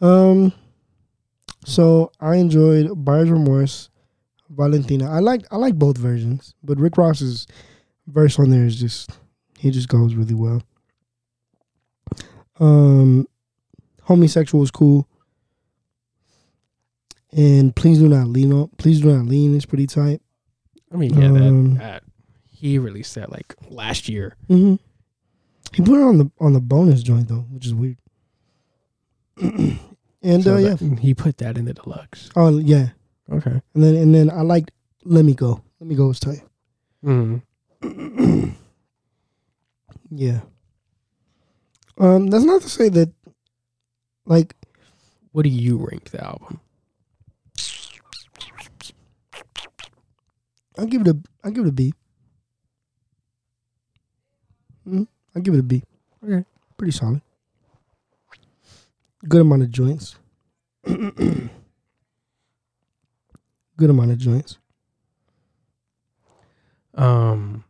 Speaker 1: Um, so I enjoyed Buyer's Remorse, Valentina. I like I like both versions, but Rick Ross's verse on there is just he just goes really well. Um, homosexual is cool, and please do not lean on. Please do not lean is pretty tight.
Speaker 2: I mean, yeah,
Speaker 1: Um,
Speaker 2: that, that he released that like last year.
Speaker 1: Mm-hmm. He put it on the on the bonus joint though, which is weird. and
Speaker 2: So
Speaker 1: uh, yeah,
Speaker 2: that- he put that in the deluxe.
Speaker 1: oh yeah,
Speaker 2: Okay.
Speaker 1: and then and then I liked Let Me Go. Let Me Go was tight.
Speaker 2: Mm.
Speaker 1: yeah. Um, that's not to say that, like,
Speaker 2: What do you rank the album?
Speaker 1: I give it a I give it a B. Mm, I give it a B.
Speaker 2: Okay.
Speaker 1: pretty solid. Good amount of joints. Good amount of joints.
Speaker 2: Um,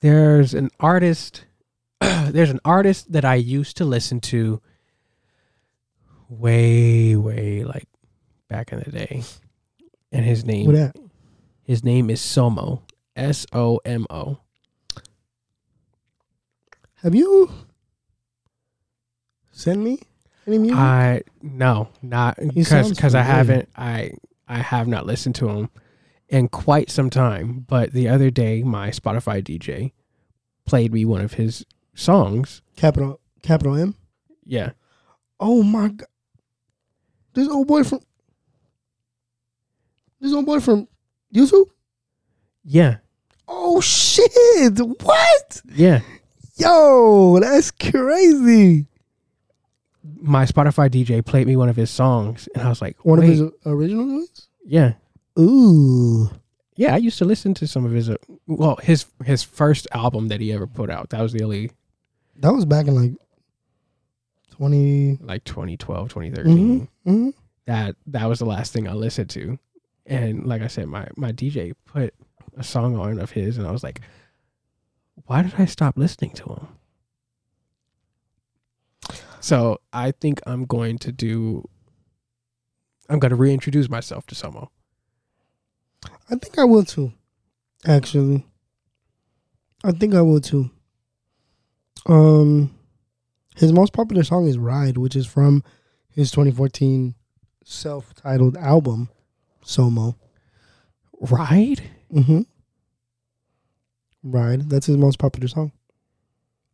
Speaker 2: there's an artist. there's an artist that I used to listen to way, way like back in the day, and his name
Speaker 1: What that?
Speaker 2: His name is Somo. S O M O.
Speaker 1: Have you sent me any music?
Speaker 2: I no, not because
Speaker 1: sounds
Speaker 2: because I
Speaker 1: familiar.
Speaker 2: haven't I I have not listened to him in quite some time. But the other day, my Spotify DJ played me one of his songs.
Speaker 1: capital Capital M.
Speaker 2: Yeah,
Speaker 1: Oh my god. This old boy from This old boy from YouTube?
Speaker 2: yeah,
Speaker 1: Oh shit. What?
Speaker 2: yeah.
Speaker 1: Yo, that's crazy.
Speaker 2: My Spotify DJ played me one of his songs, and I was like,
Speaker 1: One
Speaker 2: wait,
Speaker 1: of his original joints?
Speaker 2: yeah,
Speaker 1: Ooh.
Speaker 2: yeah. I used to listen to some of his uh, well, his his first album that he ever put out. That was the only
Speaker 1: That was back in like 20
Speaker 2: like 2012, 2013.
Speaker 1: Mhm, mhm.
Speaker 2: that that was the last thing I listened to. And like I said, my my DJ put a song on of his, and I was like, why did I stop listening to him? So I think I'm going to do. I'm going to reintroduce myself to Somo.
Speaker 1: I think I will too. Actually. I think I will too. Um his most popular song is Ride, which is from his 2014 self-titled album Somo.
Speaker 2: Right?
Speaker 1: Mhm. Ride, that's his most popular song.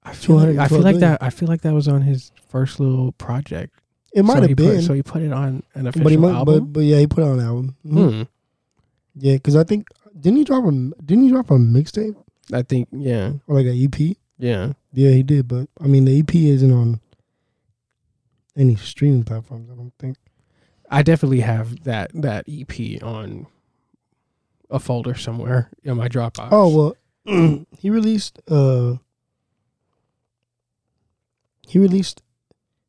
Speaker 2: I feel like, I feel
Speaker 1: 212
Speaker 2: like that. I feel like that was on his first little project.
Speaker 1: It might
Speaker 2: so he
Speaker 1: have been,
Speaker 2: Put, so he put it on an official
Speaker 1: but he might, but
Speaker 2: album.
Speaker 1: but yeah, he put out an album. Mhm.
Speaker 2: Hmm.
Speaker 1: Yeah, because I think didn't he drop a didn't he drop a mixtape
Speaker 2: I think. Yeah.
Speaker 1: or like E an EP?
Speaker 2: Yeah.
Speaker 1: Yeah, he did, but I mean the EP isn't on any streaming platforms. I don't think.
Speaker 2: I definitely have that that EP on a folder somewhere in my Dropbox.
Speaker 1: Oh well, he released uh he released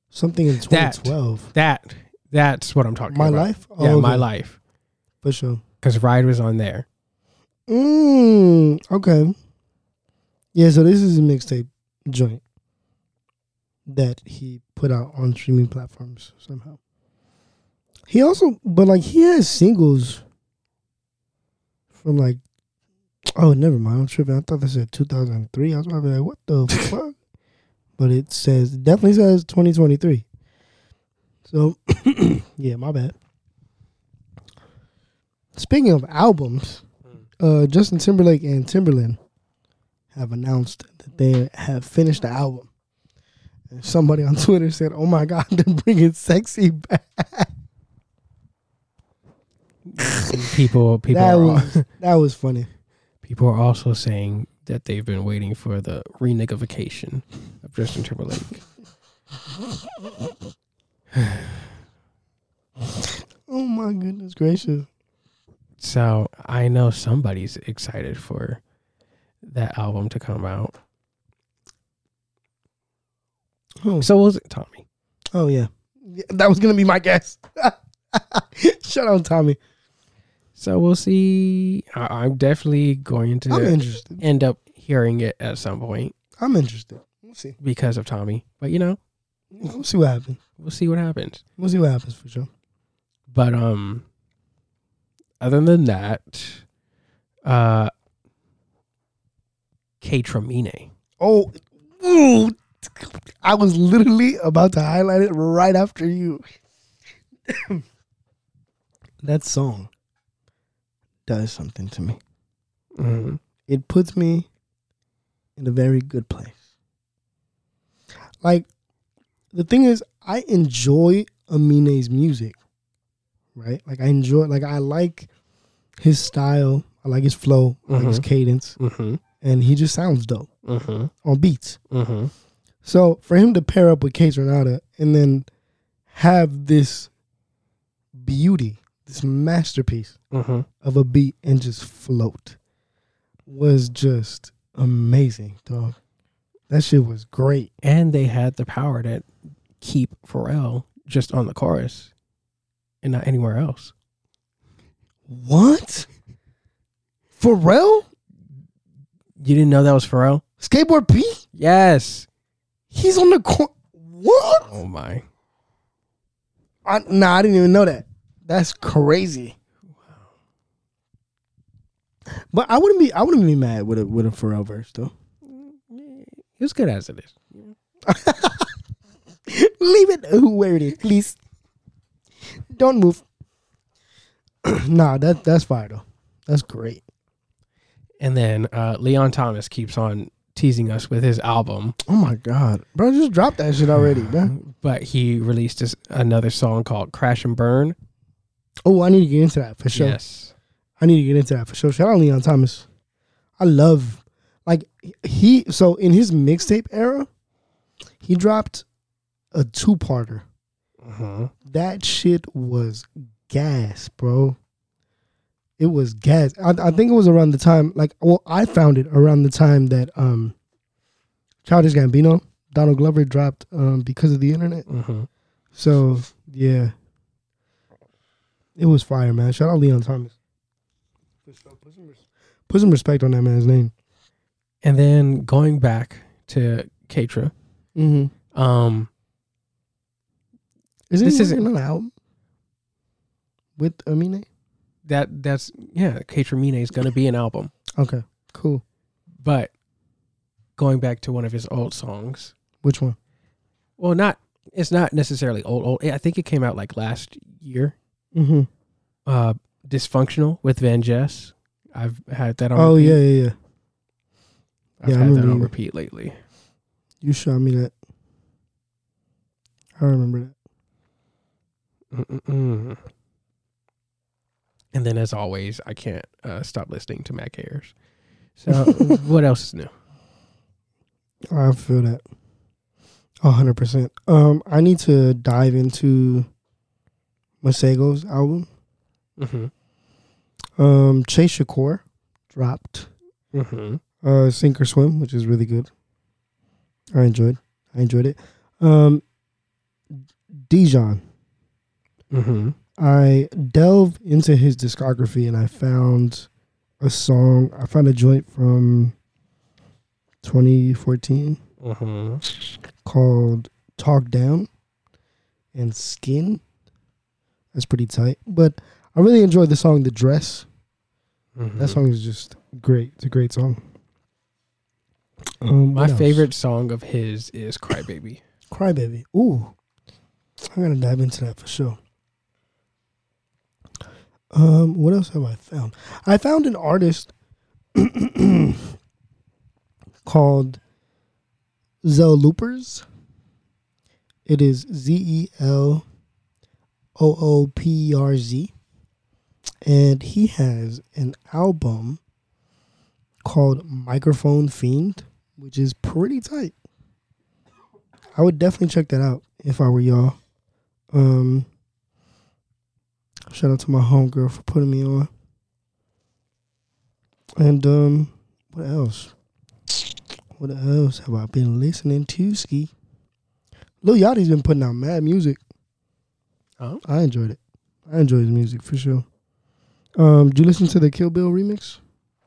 Speaker 1: something in
Speaker 2: That.
Speaker 1: 2012.
Speaker 2: that that's what I'm talking
Speaker 1: My
Speaker 2: about.
Speaker 1: life,
Speaker 2: yeah,
Speaker 1: Oh,
Speaker 2: my
Speaker 1: okay.
Speaker 2: life.
Speaker 1: for sure.
Speaker 2: Because Ride was on there.
Speaker 1: Mm, okay. Yeah, so this is a mixtape joint that he put out on streaming platforms somehow. He also, but like he has singles from like, oh, never mind. I'm tripping. I thought that said 2003. I was probably like, what the fuck? But it says, it definitely says 2023. So, yeah, my bad. Speaking of albums, uh, Justin Timberlake and Timberland have announced that they have finished the album. And somebody on Twitter said, "Oh my God, they're bringing sexy back."
Speaker 2: People people
Speaker 1: That
Speaker 2: are,
Speaker 1: was
Speaker 2: al-
Speaker 1: that was funny.
Speaker 2: people are also saying that they've been waiting for the renegification of Justin Timberlake.
Speaker 1: Oh my goodness gracious!
Speaker 2: so I know somebody's excited for that album to come out.
Speaker 1: Oh,
Speaker 2: So was it Tommy?
Speaker 1: oh yeah. yeah, that was gonna be my guess. Shut up, Tommy.
Speaker 2: So we'll see. I, I'm definitely going to
Speaker 1: I'm interested.
Speaker 2: end up hearing it at some point
Speaker 1: I'm interested. We'll see.
Speaker 2: because of Tommy. But you know,
Speaker 1: We'll see what happens.
Speaker 2: We'll see what happens.
Speaker 1: We'll see what happens for sure.
Speaker 2: But um, other than that, uh, K Tramine.
Speaker 1: Oh, ooh, I was literally about to highlight it right after you. that song does something to me.
Speaker 2: Mm-hmm.
Speaker 1: It puts me in a very good place. Like, the thing is, I enjoy Amine's music, right? Like, I enjoy, like, I like his style. I like his flow. I like his
Speaker 2: Mhm.
Speaker 1: cadence.
Speaker 2: Mm-hmm.
Speaker 1: And he just sounds dope
Speaker 2: Mm-hmm.
Speaker 1: on beats.
Speaker 2: Mm-hmm.
Speaker 1: So for him to pair up with Kate Renata and then have this beauty, this masterpiece
Speaker 2: Mm-hmm.
Speaker 1: of a beat and just float was just amazing, dog. That shit was great.
Speaker 2: And they had the power to keep Pharrell just on the chorus and not anywhere else.
Speaker 1: What? For real?
Speaker 2: You didn't know that was Pharrell?
Speaker 1: Skateboard P?
Speaker 2: Yes.
Speaker 1: He's on the cor- What?
Speaker 2: Oh my.
Speaker 1: I, nah, I didn't even know that. That's crazy. But I wouldn't be I wouldn't be mad with a with a Pharrell verse though.
Speaker 2: It was good as it is.
Speaker 1: Leave it where it is, please. Don't move. nah, that that's fire though. That's great.
Speaker 2: And then uh, Leon Thomas keeps on teasing us with his album,
Speaker 1: Oh my god, bro, just drop that shit already, bro.
Speaker 2: but he released this, another song called Crash and Burn.
Speaker 1: Oh, I need to get into that for sure.
Speaker 2: Yes.
Speaker 1: I need to get into that for sure. Shout out Leon Thomas. I love, like he. So in his mixtape era, he dropped a two-parter.
Speaker 2: hmm
Speaker 1: That shit was gas, bro. It was gas. I, I think it was around the time, like, well, I found it around the time that um, Childish Gambino, Donald Glover dropped um, because of the internet.
Speaker 2: hmm
Speaker 1: So yeah, it was fire, man. Shout out Leon Thomas. Put some respect on that man's name.
Speaker 2: And then going back to Katra,
Speaker 1: Mm-hmm.
Speaker 2: um,
Speaker 1: Is
Speaker 2: This
Speaker 1: this
Speaker 2: isn't-
Speaker 1: isn't an album with Amine?
Speaker 2: that that's yeah, Katra Mine is gonna be an album.
Speaker 1: Okay, cool.
Speaker 2: But going back to one of his old songs,
Speaker 1: Which one?
Speaker 2: well, not it's not necessarily old old. I think it came out like last year.
Speaker 1: Mm-hmm.
Speaker 2: Uh, Dysfunctional with Van Jess. I've had that on.
Speaker 1: Oh
Speaker 2: repeat.
Speaker 1: yeah, yeah, yeah.
Speaker 2: I've
Speaker 1: Yeah, I
Speaker 2: had that
Speaker 1: remember
Speaker 2: on
Speaker 1: you.
Speaker 2: repeat lately.
Speaker 1: You showed me that. I remember that.
Speaker 2: Mm-mm-mm. And then, as always, I can't uh, stop listening to Mac Ayers. So, what else is new?
Speaker 1: I feel that. A hundred percent. Um, I need to dive into Masego's album.
Speaker 2: Mm-hmm.
Speaker 1: Um, Chase Shakur dropped
Speaker 2: Mm-hmm.
Speaker 1: uh, Sink or Swim, which is really good. I enjoyed. I enjoyed it. Um, Dijon.
Speaker 2: Mm-hmm.
Speaker 1: I delved into his discography and I found a song. I found a joint from 2014.
Speaker 2: Mm-hmm.
Speaker 1: called Talk Down and Skin. That's pretty tight. But I really enjoyed the song The Dress.
Speaker 2: Mm-hmm.
Speaker 1: That song is just great. It's a great song. Um,
Speaker 2: My
Speaker 1: what else?
Speaker 2: favorite song of his is Crybaby.
Speaker 1: Crybaby. Ooh. I'm gonna dive into that for sure. Um, what else have I found? I found an artist called Zel Loopers. It is Z E L O O P E R Z. And he has an album called Microphone Fiend, which is pretty tight. I would definitely check that out if I were y'all. Um, shout out to my homegirl for putting me on. And um, what else? What else have I been listening to? Ski. Lil Yachty's been putting out mad music.
Speaker 2: Oh.
Speaker 1: I enjoyed it. I enjoyed his music for sure. Um, do you listen to the Kill Bill remix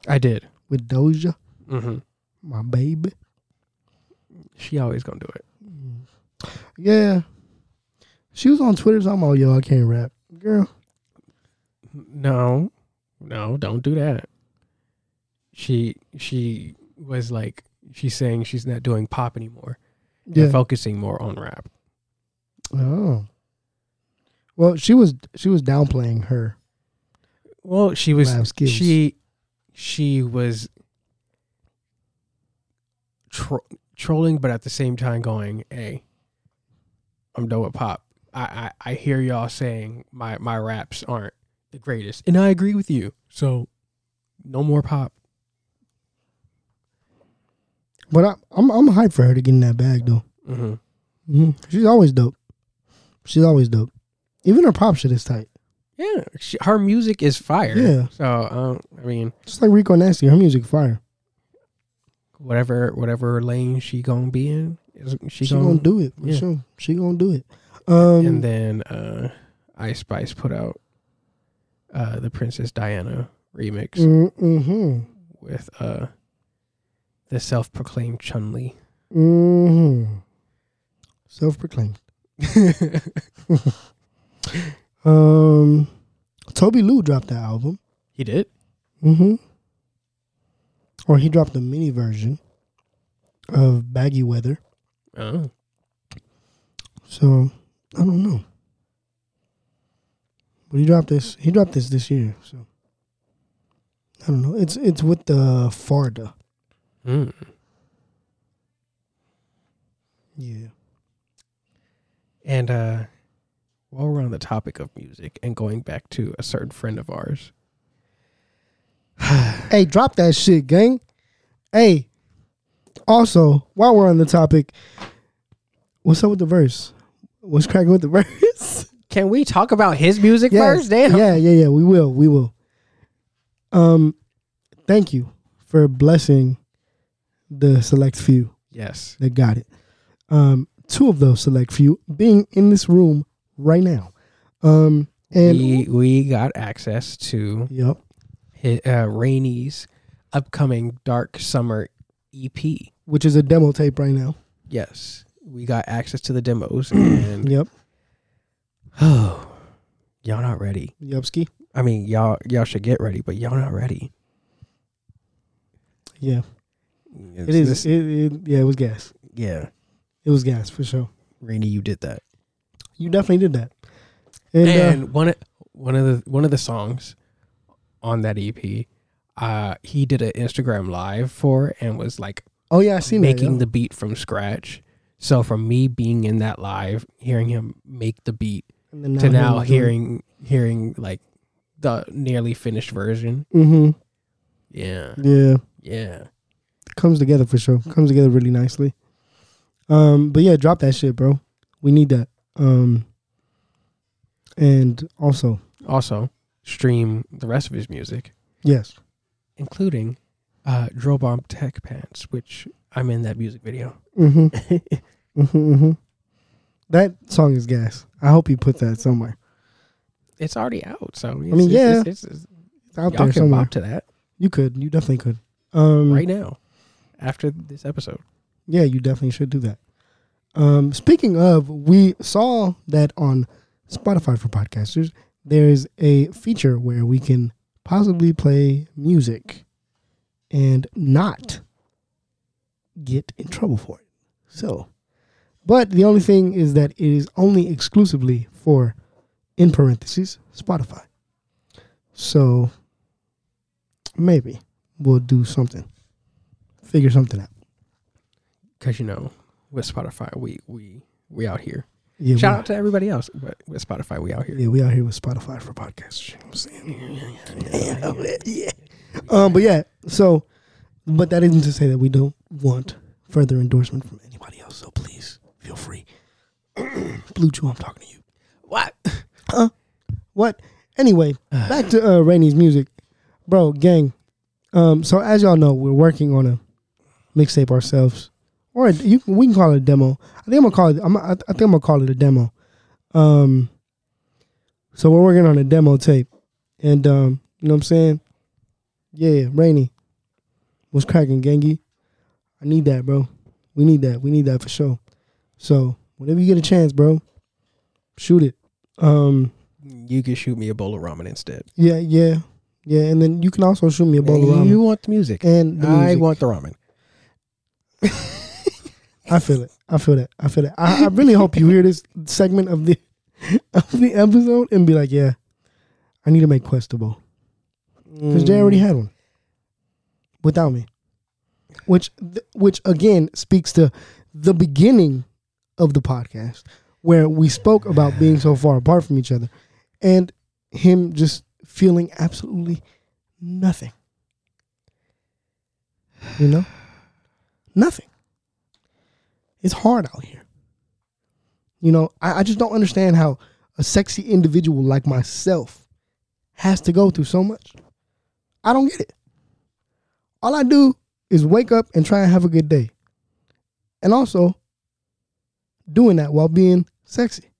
Speaker 2: I did.
Speaker 1: with Doja,
Speaker 2: Mm-hmm.
Speaker 1: my baby?
Speaker 2: She always gonna do it.
Speaker 1: Yeah. She was on Twitter talking about, yo, I can't rap. Girl.
Speaker 2: No, no, don't do that. She she was like she's saying she's not doing pop anymore. Yeah.
Speaker 1: Yeah.
Speaker 2: focusing more on rap.
Speaker 1: Oh. Well, she was she was downplaying her.
Speaker 2: Well, she was
Speaker 1: Rap skills.
Speaker 2: she she was tro- trolling, but at the same time going, "Hey, I'm done with pop. I, I I hear y'all saying my my raps aren't the greatest, and I agree with you. So, no more pop.
Speaker 1: But I, I'm I'm hyped for her to get in that bag though.
Speaker 2: Mm-hmm.
Speaker 1: hmm She's always dope. She's always dope. Even her pop shit is tight.
Speaker 2: Yeah, she, her music is fire.
Speaker 1: Yeah.
Speaker 2: So, um, I mean,
Speaker 1: Just like Rico Nasty, her music fire.
Speaker 2: whatever whatever lane she gonna be in, is she,
Speaker 1: She,
Speaker 2: gonna,
Speaker 1: gonna do it. For
Speaker 2: yeah.
Speaker 1: sure. She gonna do it. Um
Speaker 2: And then uh, Ice Spice put out uh, the Princess Diana remix
Speaker 1: mm-hmm.
Speaker 2: with uh, the self-proclaimed Chun Li.
Speaker 1: Mm-hmm. Self proclaimed. Um Toby Lou dropped that album.
Speaker 2: he did.
Speaker 1: Mm-hmm. Or he dropped a mini version of Baggy Weather.
Speaker 2: Oh,
Speaker 1: So I don't know. But he dropped this. He dropped this this year. So I don't know. It's it's with the Farda.
Speaker 2: Mm.
Speaker 1: Yeah.
Speaker 2: and uh, while we're on the topic of music and going back to a certain friend of ours,
Speaker 1: Hey, drop that shit, gang. Hey. Also, while we're on the topic, what's up with the verse? What's cracking with the verse?
Speaker 2: can we talk about his music
Speaker 1: Yes.
Speaker 2: first? Damn.
Speaker 1: Yeah, yeah, yeah. We will. We will. Um, thank you for blessing the select few.
Speaker 2: Yes.
Speaker 1: that got it. Um, two of those select few being in this room right now. Um, and
Speaker 2: we we got access to
Speaker 1: yep,
Speaker 2: his, uh, Rainey's upcoming Dark Summer EP.
Speaker 1: which is a demo tape right now.
Speaker 2: Yes, we got access to the demos, and
Speaker 1: Yep,
Speaker 2: oh, y'all not ready.
Speaker 1: Yupski.
Speaker 2: I mean, y'all y'all should get ready, but y'all not ready.
Speaker 1: Yeah,
Speaker 2: It's-
Speaker 1: it is.
Speaker 2: this-
Speaker 1: It, it, yeah, it was gas.
Speaker 2: yeah,
Speaker 1: It was gas for sure.
Speaker 2: Rainey, you did that.
Speaker 1: You definitely did that. And,
Speaker 2: And,
Speaker 1: uh,
Speaker 2: one of- one of the one of the songs on that EP, uh, he did an Instagram live for and was like
Speaker 1: oh yeah, I seen
Speaker 2: making
Speaker 1: that.
Speaker 2: the beat from scratch. So from me being in that live, hearing him make the beat
Speaker 1: The, and then
Speaker 2: to
Speaker 1: him
Speaker 2: now
Speaker 1: doing-
Speaker 2: hearing hearing like the nearly finished version.
Speaker 1: Mhm.
Speaker 2: Yeah.
Speaker 1: Yeah,
Speaker 2: Yeah.
Speaker 1: comes together for sure. Comes together really nicely. Um, but yeah, drop that shit, bro. We need that. Um, and also,
Speaker 2: Also, stream the rest of his music,
Speaker 1: yes,
Speaker 2: including uh Drill Bomb Tech Pants, which I'm in that music video.
Speaker 1: hmm hmm hmm That song is gas. I hope you put that somewhere.
Speaker 2: it's already out, so it's,
Speaker 1: mean, yeah.
Speaker 2: it's, it's, it's,
Speaker 1: It's out
Speaker 2: y'all
Speaker 1: there
Speaker 2: can
Speaker 1: somewhere.
Speaker 2: bop to that
Speaker 1: You could. You definitely could. Um,
Speaker 2: right now after this episode.
Speaker 1: Yeah, you definitely should do that. Um, speaking of, we saw that on Spotify for podcasters, there's a feature where we can possibly play music and not get in trouble for it. So, but the only thing is that it is only exclusively for, in parentheses, Spotify. So, maybe we'll do something, figure something out.
Speaker 2: Because you know, with Spotify, we we we out here.
Speaker 1: Yeah,
Speaker 2: Shout
Speaker 1: we-
Speaker 2: out to everybody else, but with Spotify, we out here.
Speaker 1: Yeah, we out here with Spotify for podcasts. You know what I'm saying? You know it, yeah. Um, but yeah, so, but that isn't to say that we don't want further endorsement from anybody else. So please feel free. Blue Chew, I'm talking to you.
Speaker 2: What?
Speaker 1: What? Anyway, back to uh, Rainey's music, bro, gang. Um, so as y'all know, we're working on a mixtape ourselves, or a, you, we can call it a demo. I think I'm gonna call it. I'm, I, I think I'm gonna call it a demo. Um, so we're working on a demo tape, and um, you know what I'm saying? Yeah, Rainey, what's cracking, gangy? I need that, bro. We need that. We need that for sure. So Whenever you get a chance, bro, shoot it. Um,
Speaker 2: You can shoot me a bowl of ramen instead.
Speaker 1: yeah, yeah, yeah. And then you can also shoot me a bowl of
Speaker 2: You
Speaker 1: ramen.
Speaker 2: want the music.
Speaker 1: And the
Speaker 2: I
Speaker 1: music.
Speaker 2: want the ramen.
Speaker 1: I feel it. I feel that. I feel that. I, I really hope you hear this segment of the of the episode and be like, yeah, I need to make Quest a bowl. because Jay already had one without me, which th- which again speaks to the beginning of the podcast where we spoke about being so far apart from each other and him just feeling absolutely nothing. You know, nothing. It's hard out here. You know, I, I just don't understand how a sexy individual like myself has to go through so much. I don't get it. All I do is wake up and try and have a good day. And also doing that while being sexy.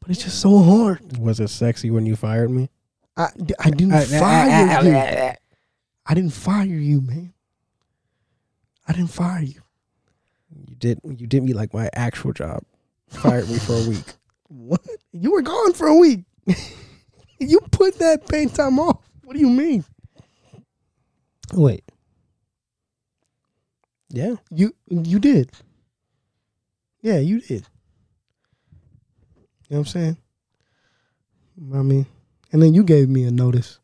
Speaker 1: But it's just so hard.
Speaker 2: Mm. Was it sexy when you fired me?
Speaker 1: I, I didn't
Speaker 2: Uh,
Speaker 1: fire you. I didn't fire you, man. I didn't fire you.
Speaker 2: You did. You did me like my actual job. Fired me for a week.
Speaker 1: What? You were gone for a week. you put that paid time off. What do you mean? Wait.
Speaker 2: Yeah.
Speaker 1: You you did. Yeah, you did. You know what I'm saying? I mean, and then you gave me a notice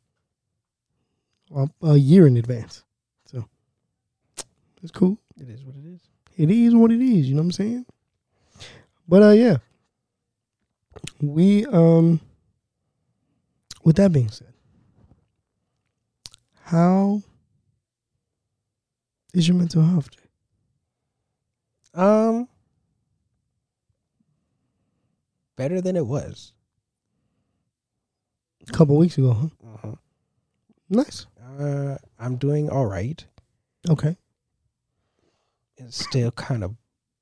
Speaker 1: a, a year in advance. So it's cool.
Speaker 2: It is what it is.
Speaker 1: It is what it is, you know what I'm saying? But uh yeah. We um with that being said, how is your mental health? Jay?
Speaker 2: Um, better than it was.
Speaker 1: A couple weeks ago, huh?
Speaker 2: Uh-huh.
Speaker 1: Nice.
Speaker 2: Uh, I'm doing all right.
Speaker 1: Okay.
Speaker 2: It's still kind of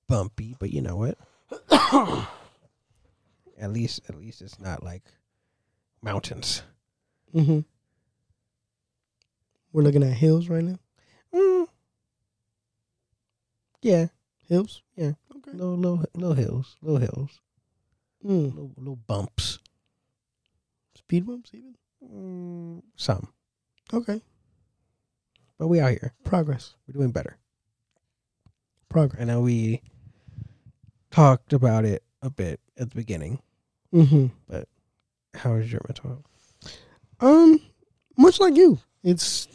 Speaker 2: bumpy, but you know what? at least, at least it's not like mountains.
Speaker 1: Mm-hmm. We're looking at hills right now.
Speaker 2: Mm. Yeah,
Speaker 1: Hills.
Speaker 2: Yeah.
Speaker 1: Okay.
Speaker 2: little, little, little hills, little hills,
Speaker 1: Mm.
Speaker 2: little, little bumps.
Speaker 1: Speed bumps even.
Speaker 2: Mm, some,
Speaker 1: Okay.
Speaker 2: but we out here.
Speaker 1: Progress.
Speaker 2: We're doing better.
Speaker 1: Progress.
Speaker 2: I know we talked about it a bit at the beginning.
Speaker 1: Mm-hmm.
Speaker 2: How is your mental health?
Speaker 1: Um, much like you, it's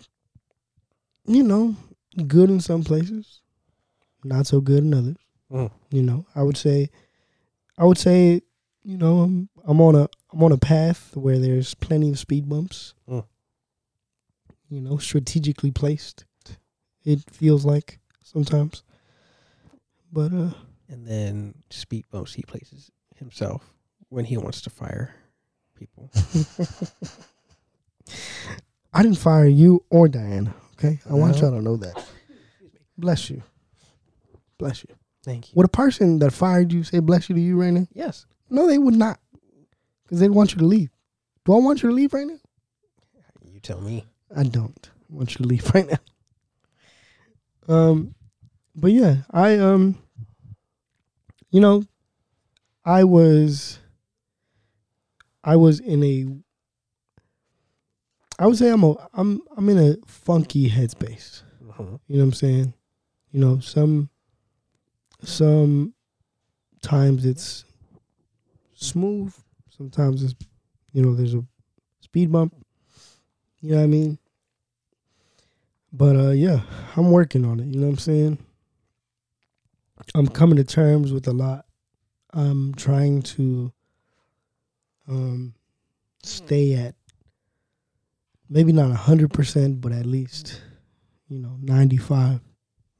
Speaker 1: you know good in some places, not so good in others.
Speaker 2: Mm.
Speaker 1: You know, I would say, I would say, you know, I'm I'm on a I'm on a path where there's plenty of speed bumps.
Speaker 2: Mm.
Speaker 1: You know, strategically placed. It feels like sometimes, but uh,
Speaker 2: And then speed bumps he places himself when he wants to fire people.
Speaker 1: I didn't fire you or Diana. Okay, I want
Speaker 2: No.
Speaker 1: y'all to know that. Bless you. Bless you.
Speaker 2: Thank
Speaker 1: Would a person that fired you say bless you to you right now?
Speaker 2: Yes.
Speaker 1: No, they would not. Because they'd want you to leave. Do I want you to leave right now?
Speaker 2: You tell me.
Speaker 1: I don't want you to leave right now. Um but yeah, I um you know, I was I was in a I would say I'm a I'm I'm in a funky headspace.
Speaker 2: Mm-hmm.
Speaker 1: You know what I'm saying? You know, some some times it's smooth, sometimes it's you know, there's a speed bump. You know what I mean? But uh yeah, I'm working on it, you know what I'm saying? I'm coming to terms with a lot. I'm trying to um stay at maybe not 100% but at least you know 95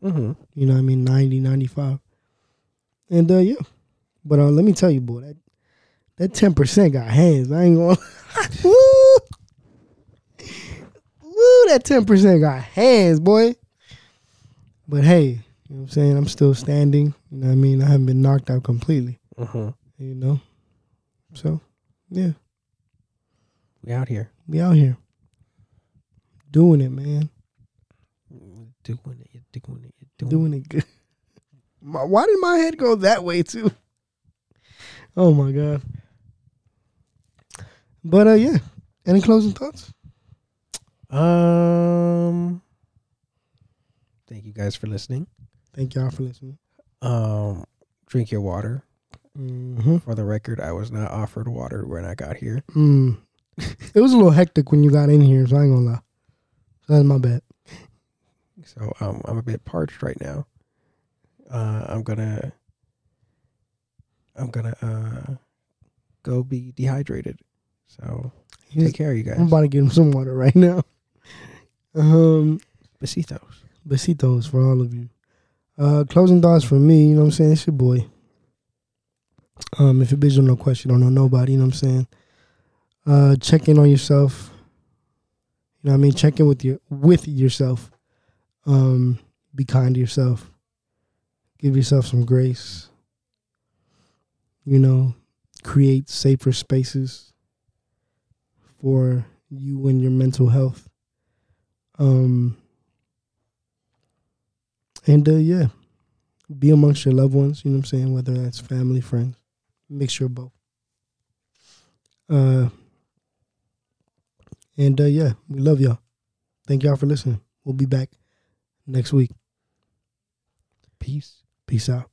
Speaker 2: Mm-hmm.
Speaker 1: you know what I mean? 90, 95. And uh yeah. But uh let me tell you, boy, that that ten percent got hands. I ain't gonna Woo! Woo, that ten percent got hands, boy. But hey, you know what I'm saying? I'm still standing. You know what I mean? I haven't been knocked out completely,
Speaker 2: Mm-hmm.
Speaker 1: you know? So yeah,
Speaker 2: We out here
Speaker 1: we out here. Doing it, man.
Speaker 2: doing it. You're doing it. You're doing,
Speaker 1: Doing it good. My, why did my head go that way too? Oh my god. But uh, yeah. Any closing thoughts?
Speaker 2: Um, thank you guys for listening.
Speaker 1: Thank y'all for listening.
Speaker 2: Um, drink your water.
Speaker 1: Mm-hmm.
Speaker 2: For the record, I was not offered water when I got here.
Speaker 1: Mm. it was a little hectic when you got in here, so I ain't gonna lie. That's my bad.
Speaker 2: So um, I'm a bit parched right now. Uh, I'm gonna, I'm gonna uh, go be dehydrated. So
Speaker 1: He's-
Speaker 2: take care, you guys.
Speaker 1: I'm about to get him some water right now. Um,
Speaker 2: Besitos.
Speaker 1: besitos for all of you. Uh, closing thoughts for me, you know what I'm saying? It's your boy. Um, if your bitch don't know question, don't know nobody, you know what I'm saying? Uh, check in on yourself. You know what I mean? Check in with your with yourself. Um, be kind to yourself. Give yourself some grace. You know, create safer spaces for you and your mental health. Um, and uh, yeah, be amongst your loved ones, you know what I'm saying? Whether that's family, friends, mixture of both. Uh, and uh, yeah, we love y'all. Thank y'all for listening. We'll be back next week.
Speaker 2: Peace.
Speaker 1: Peace out.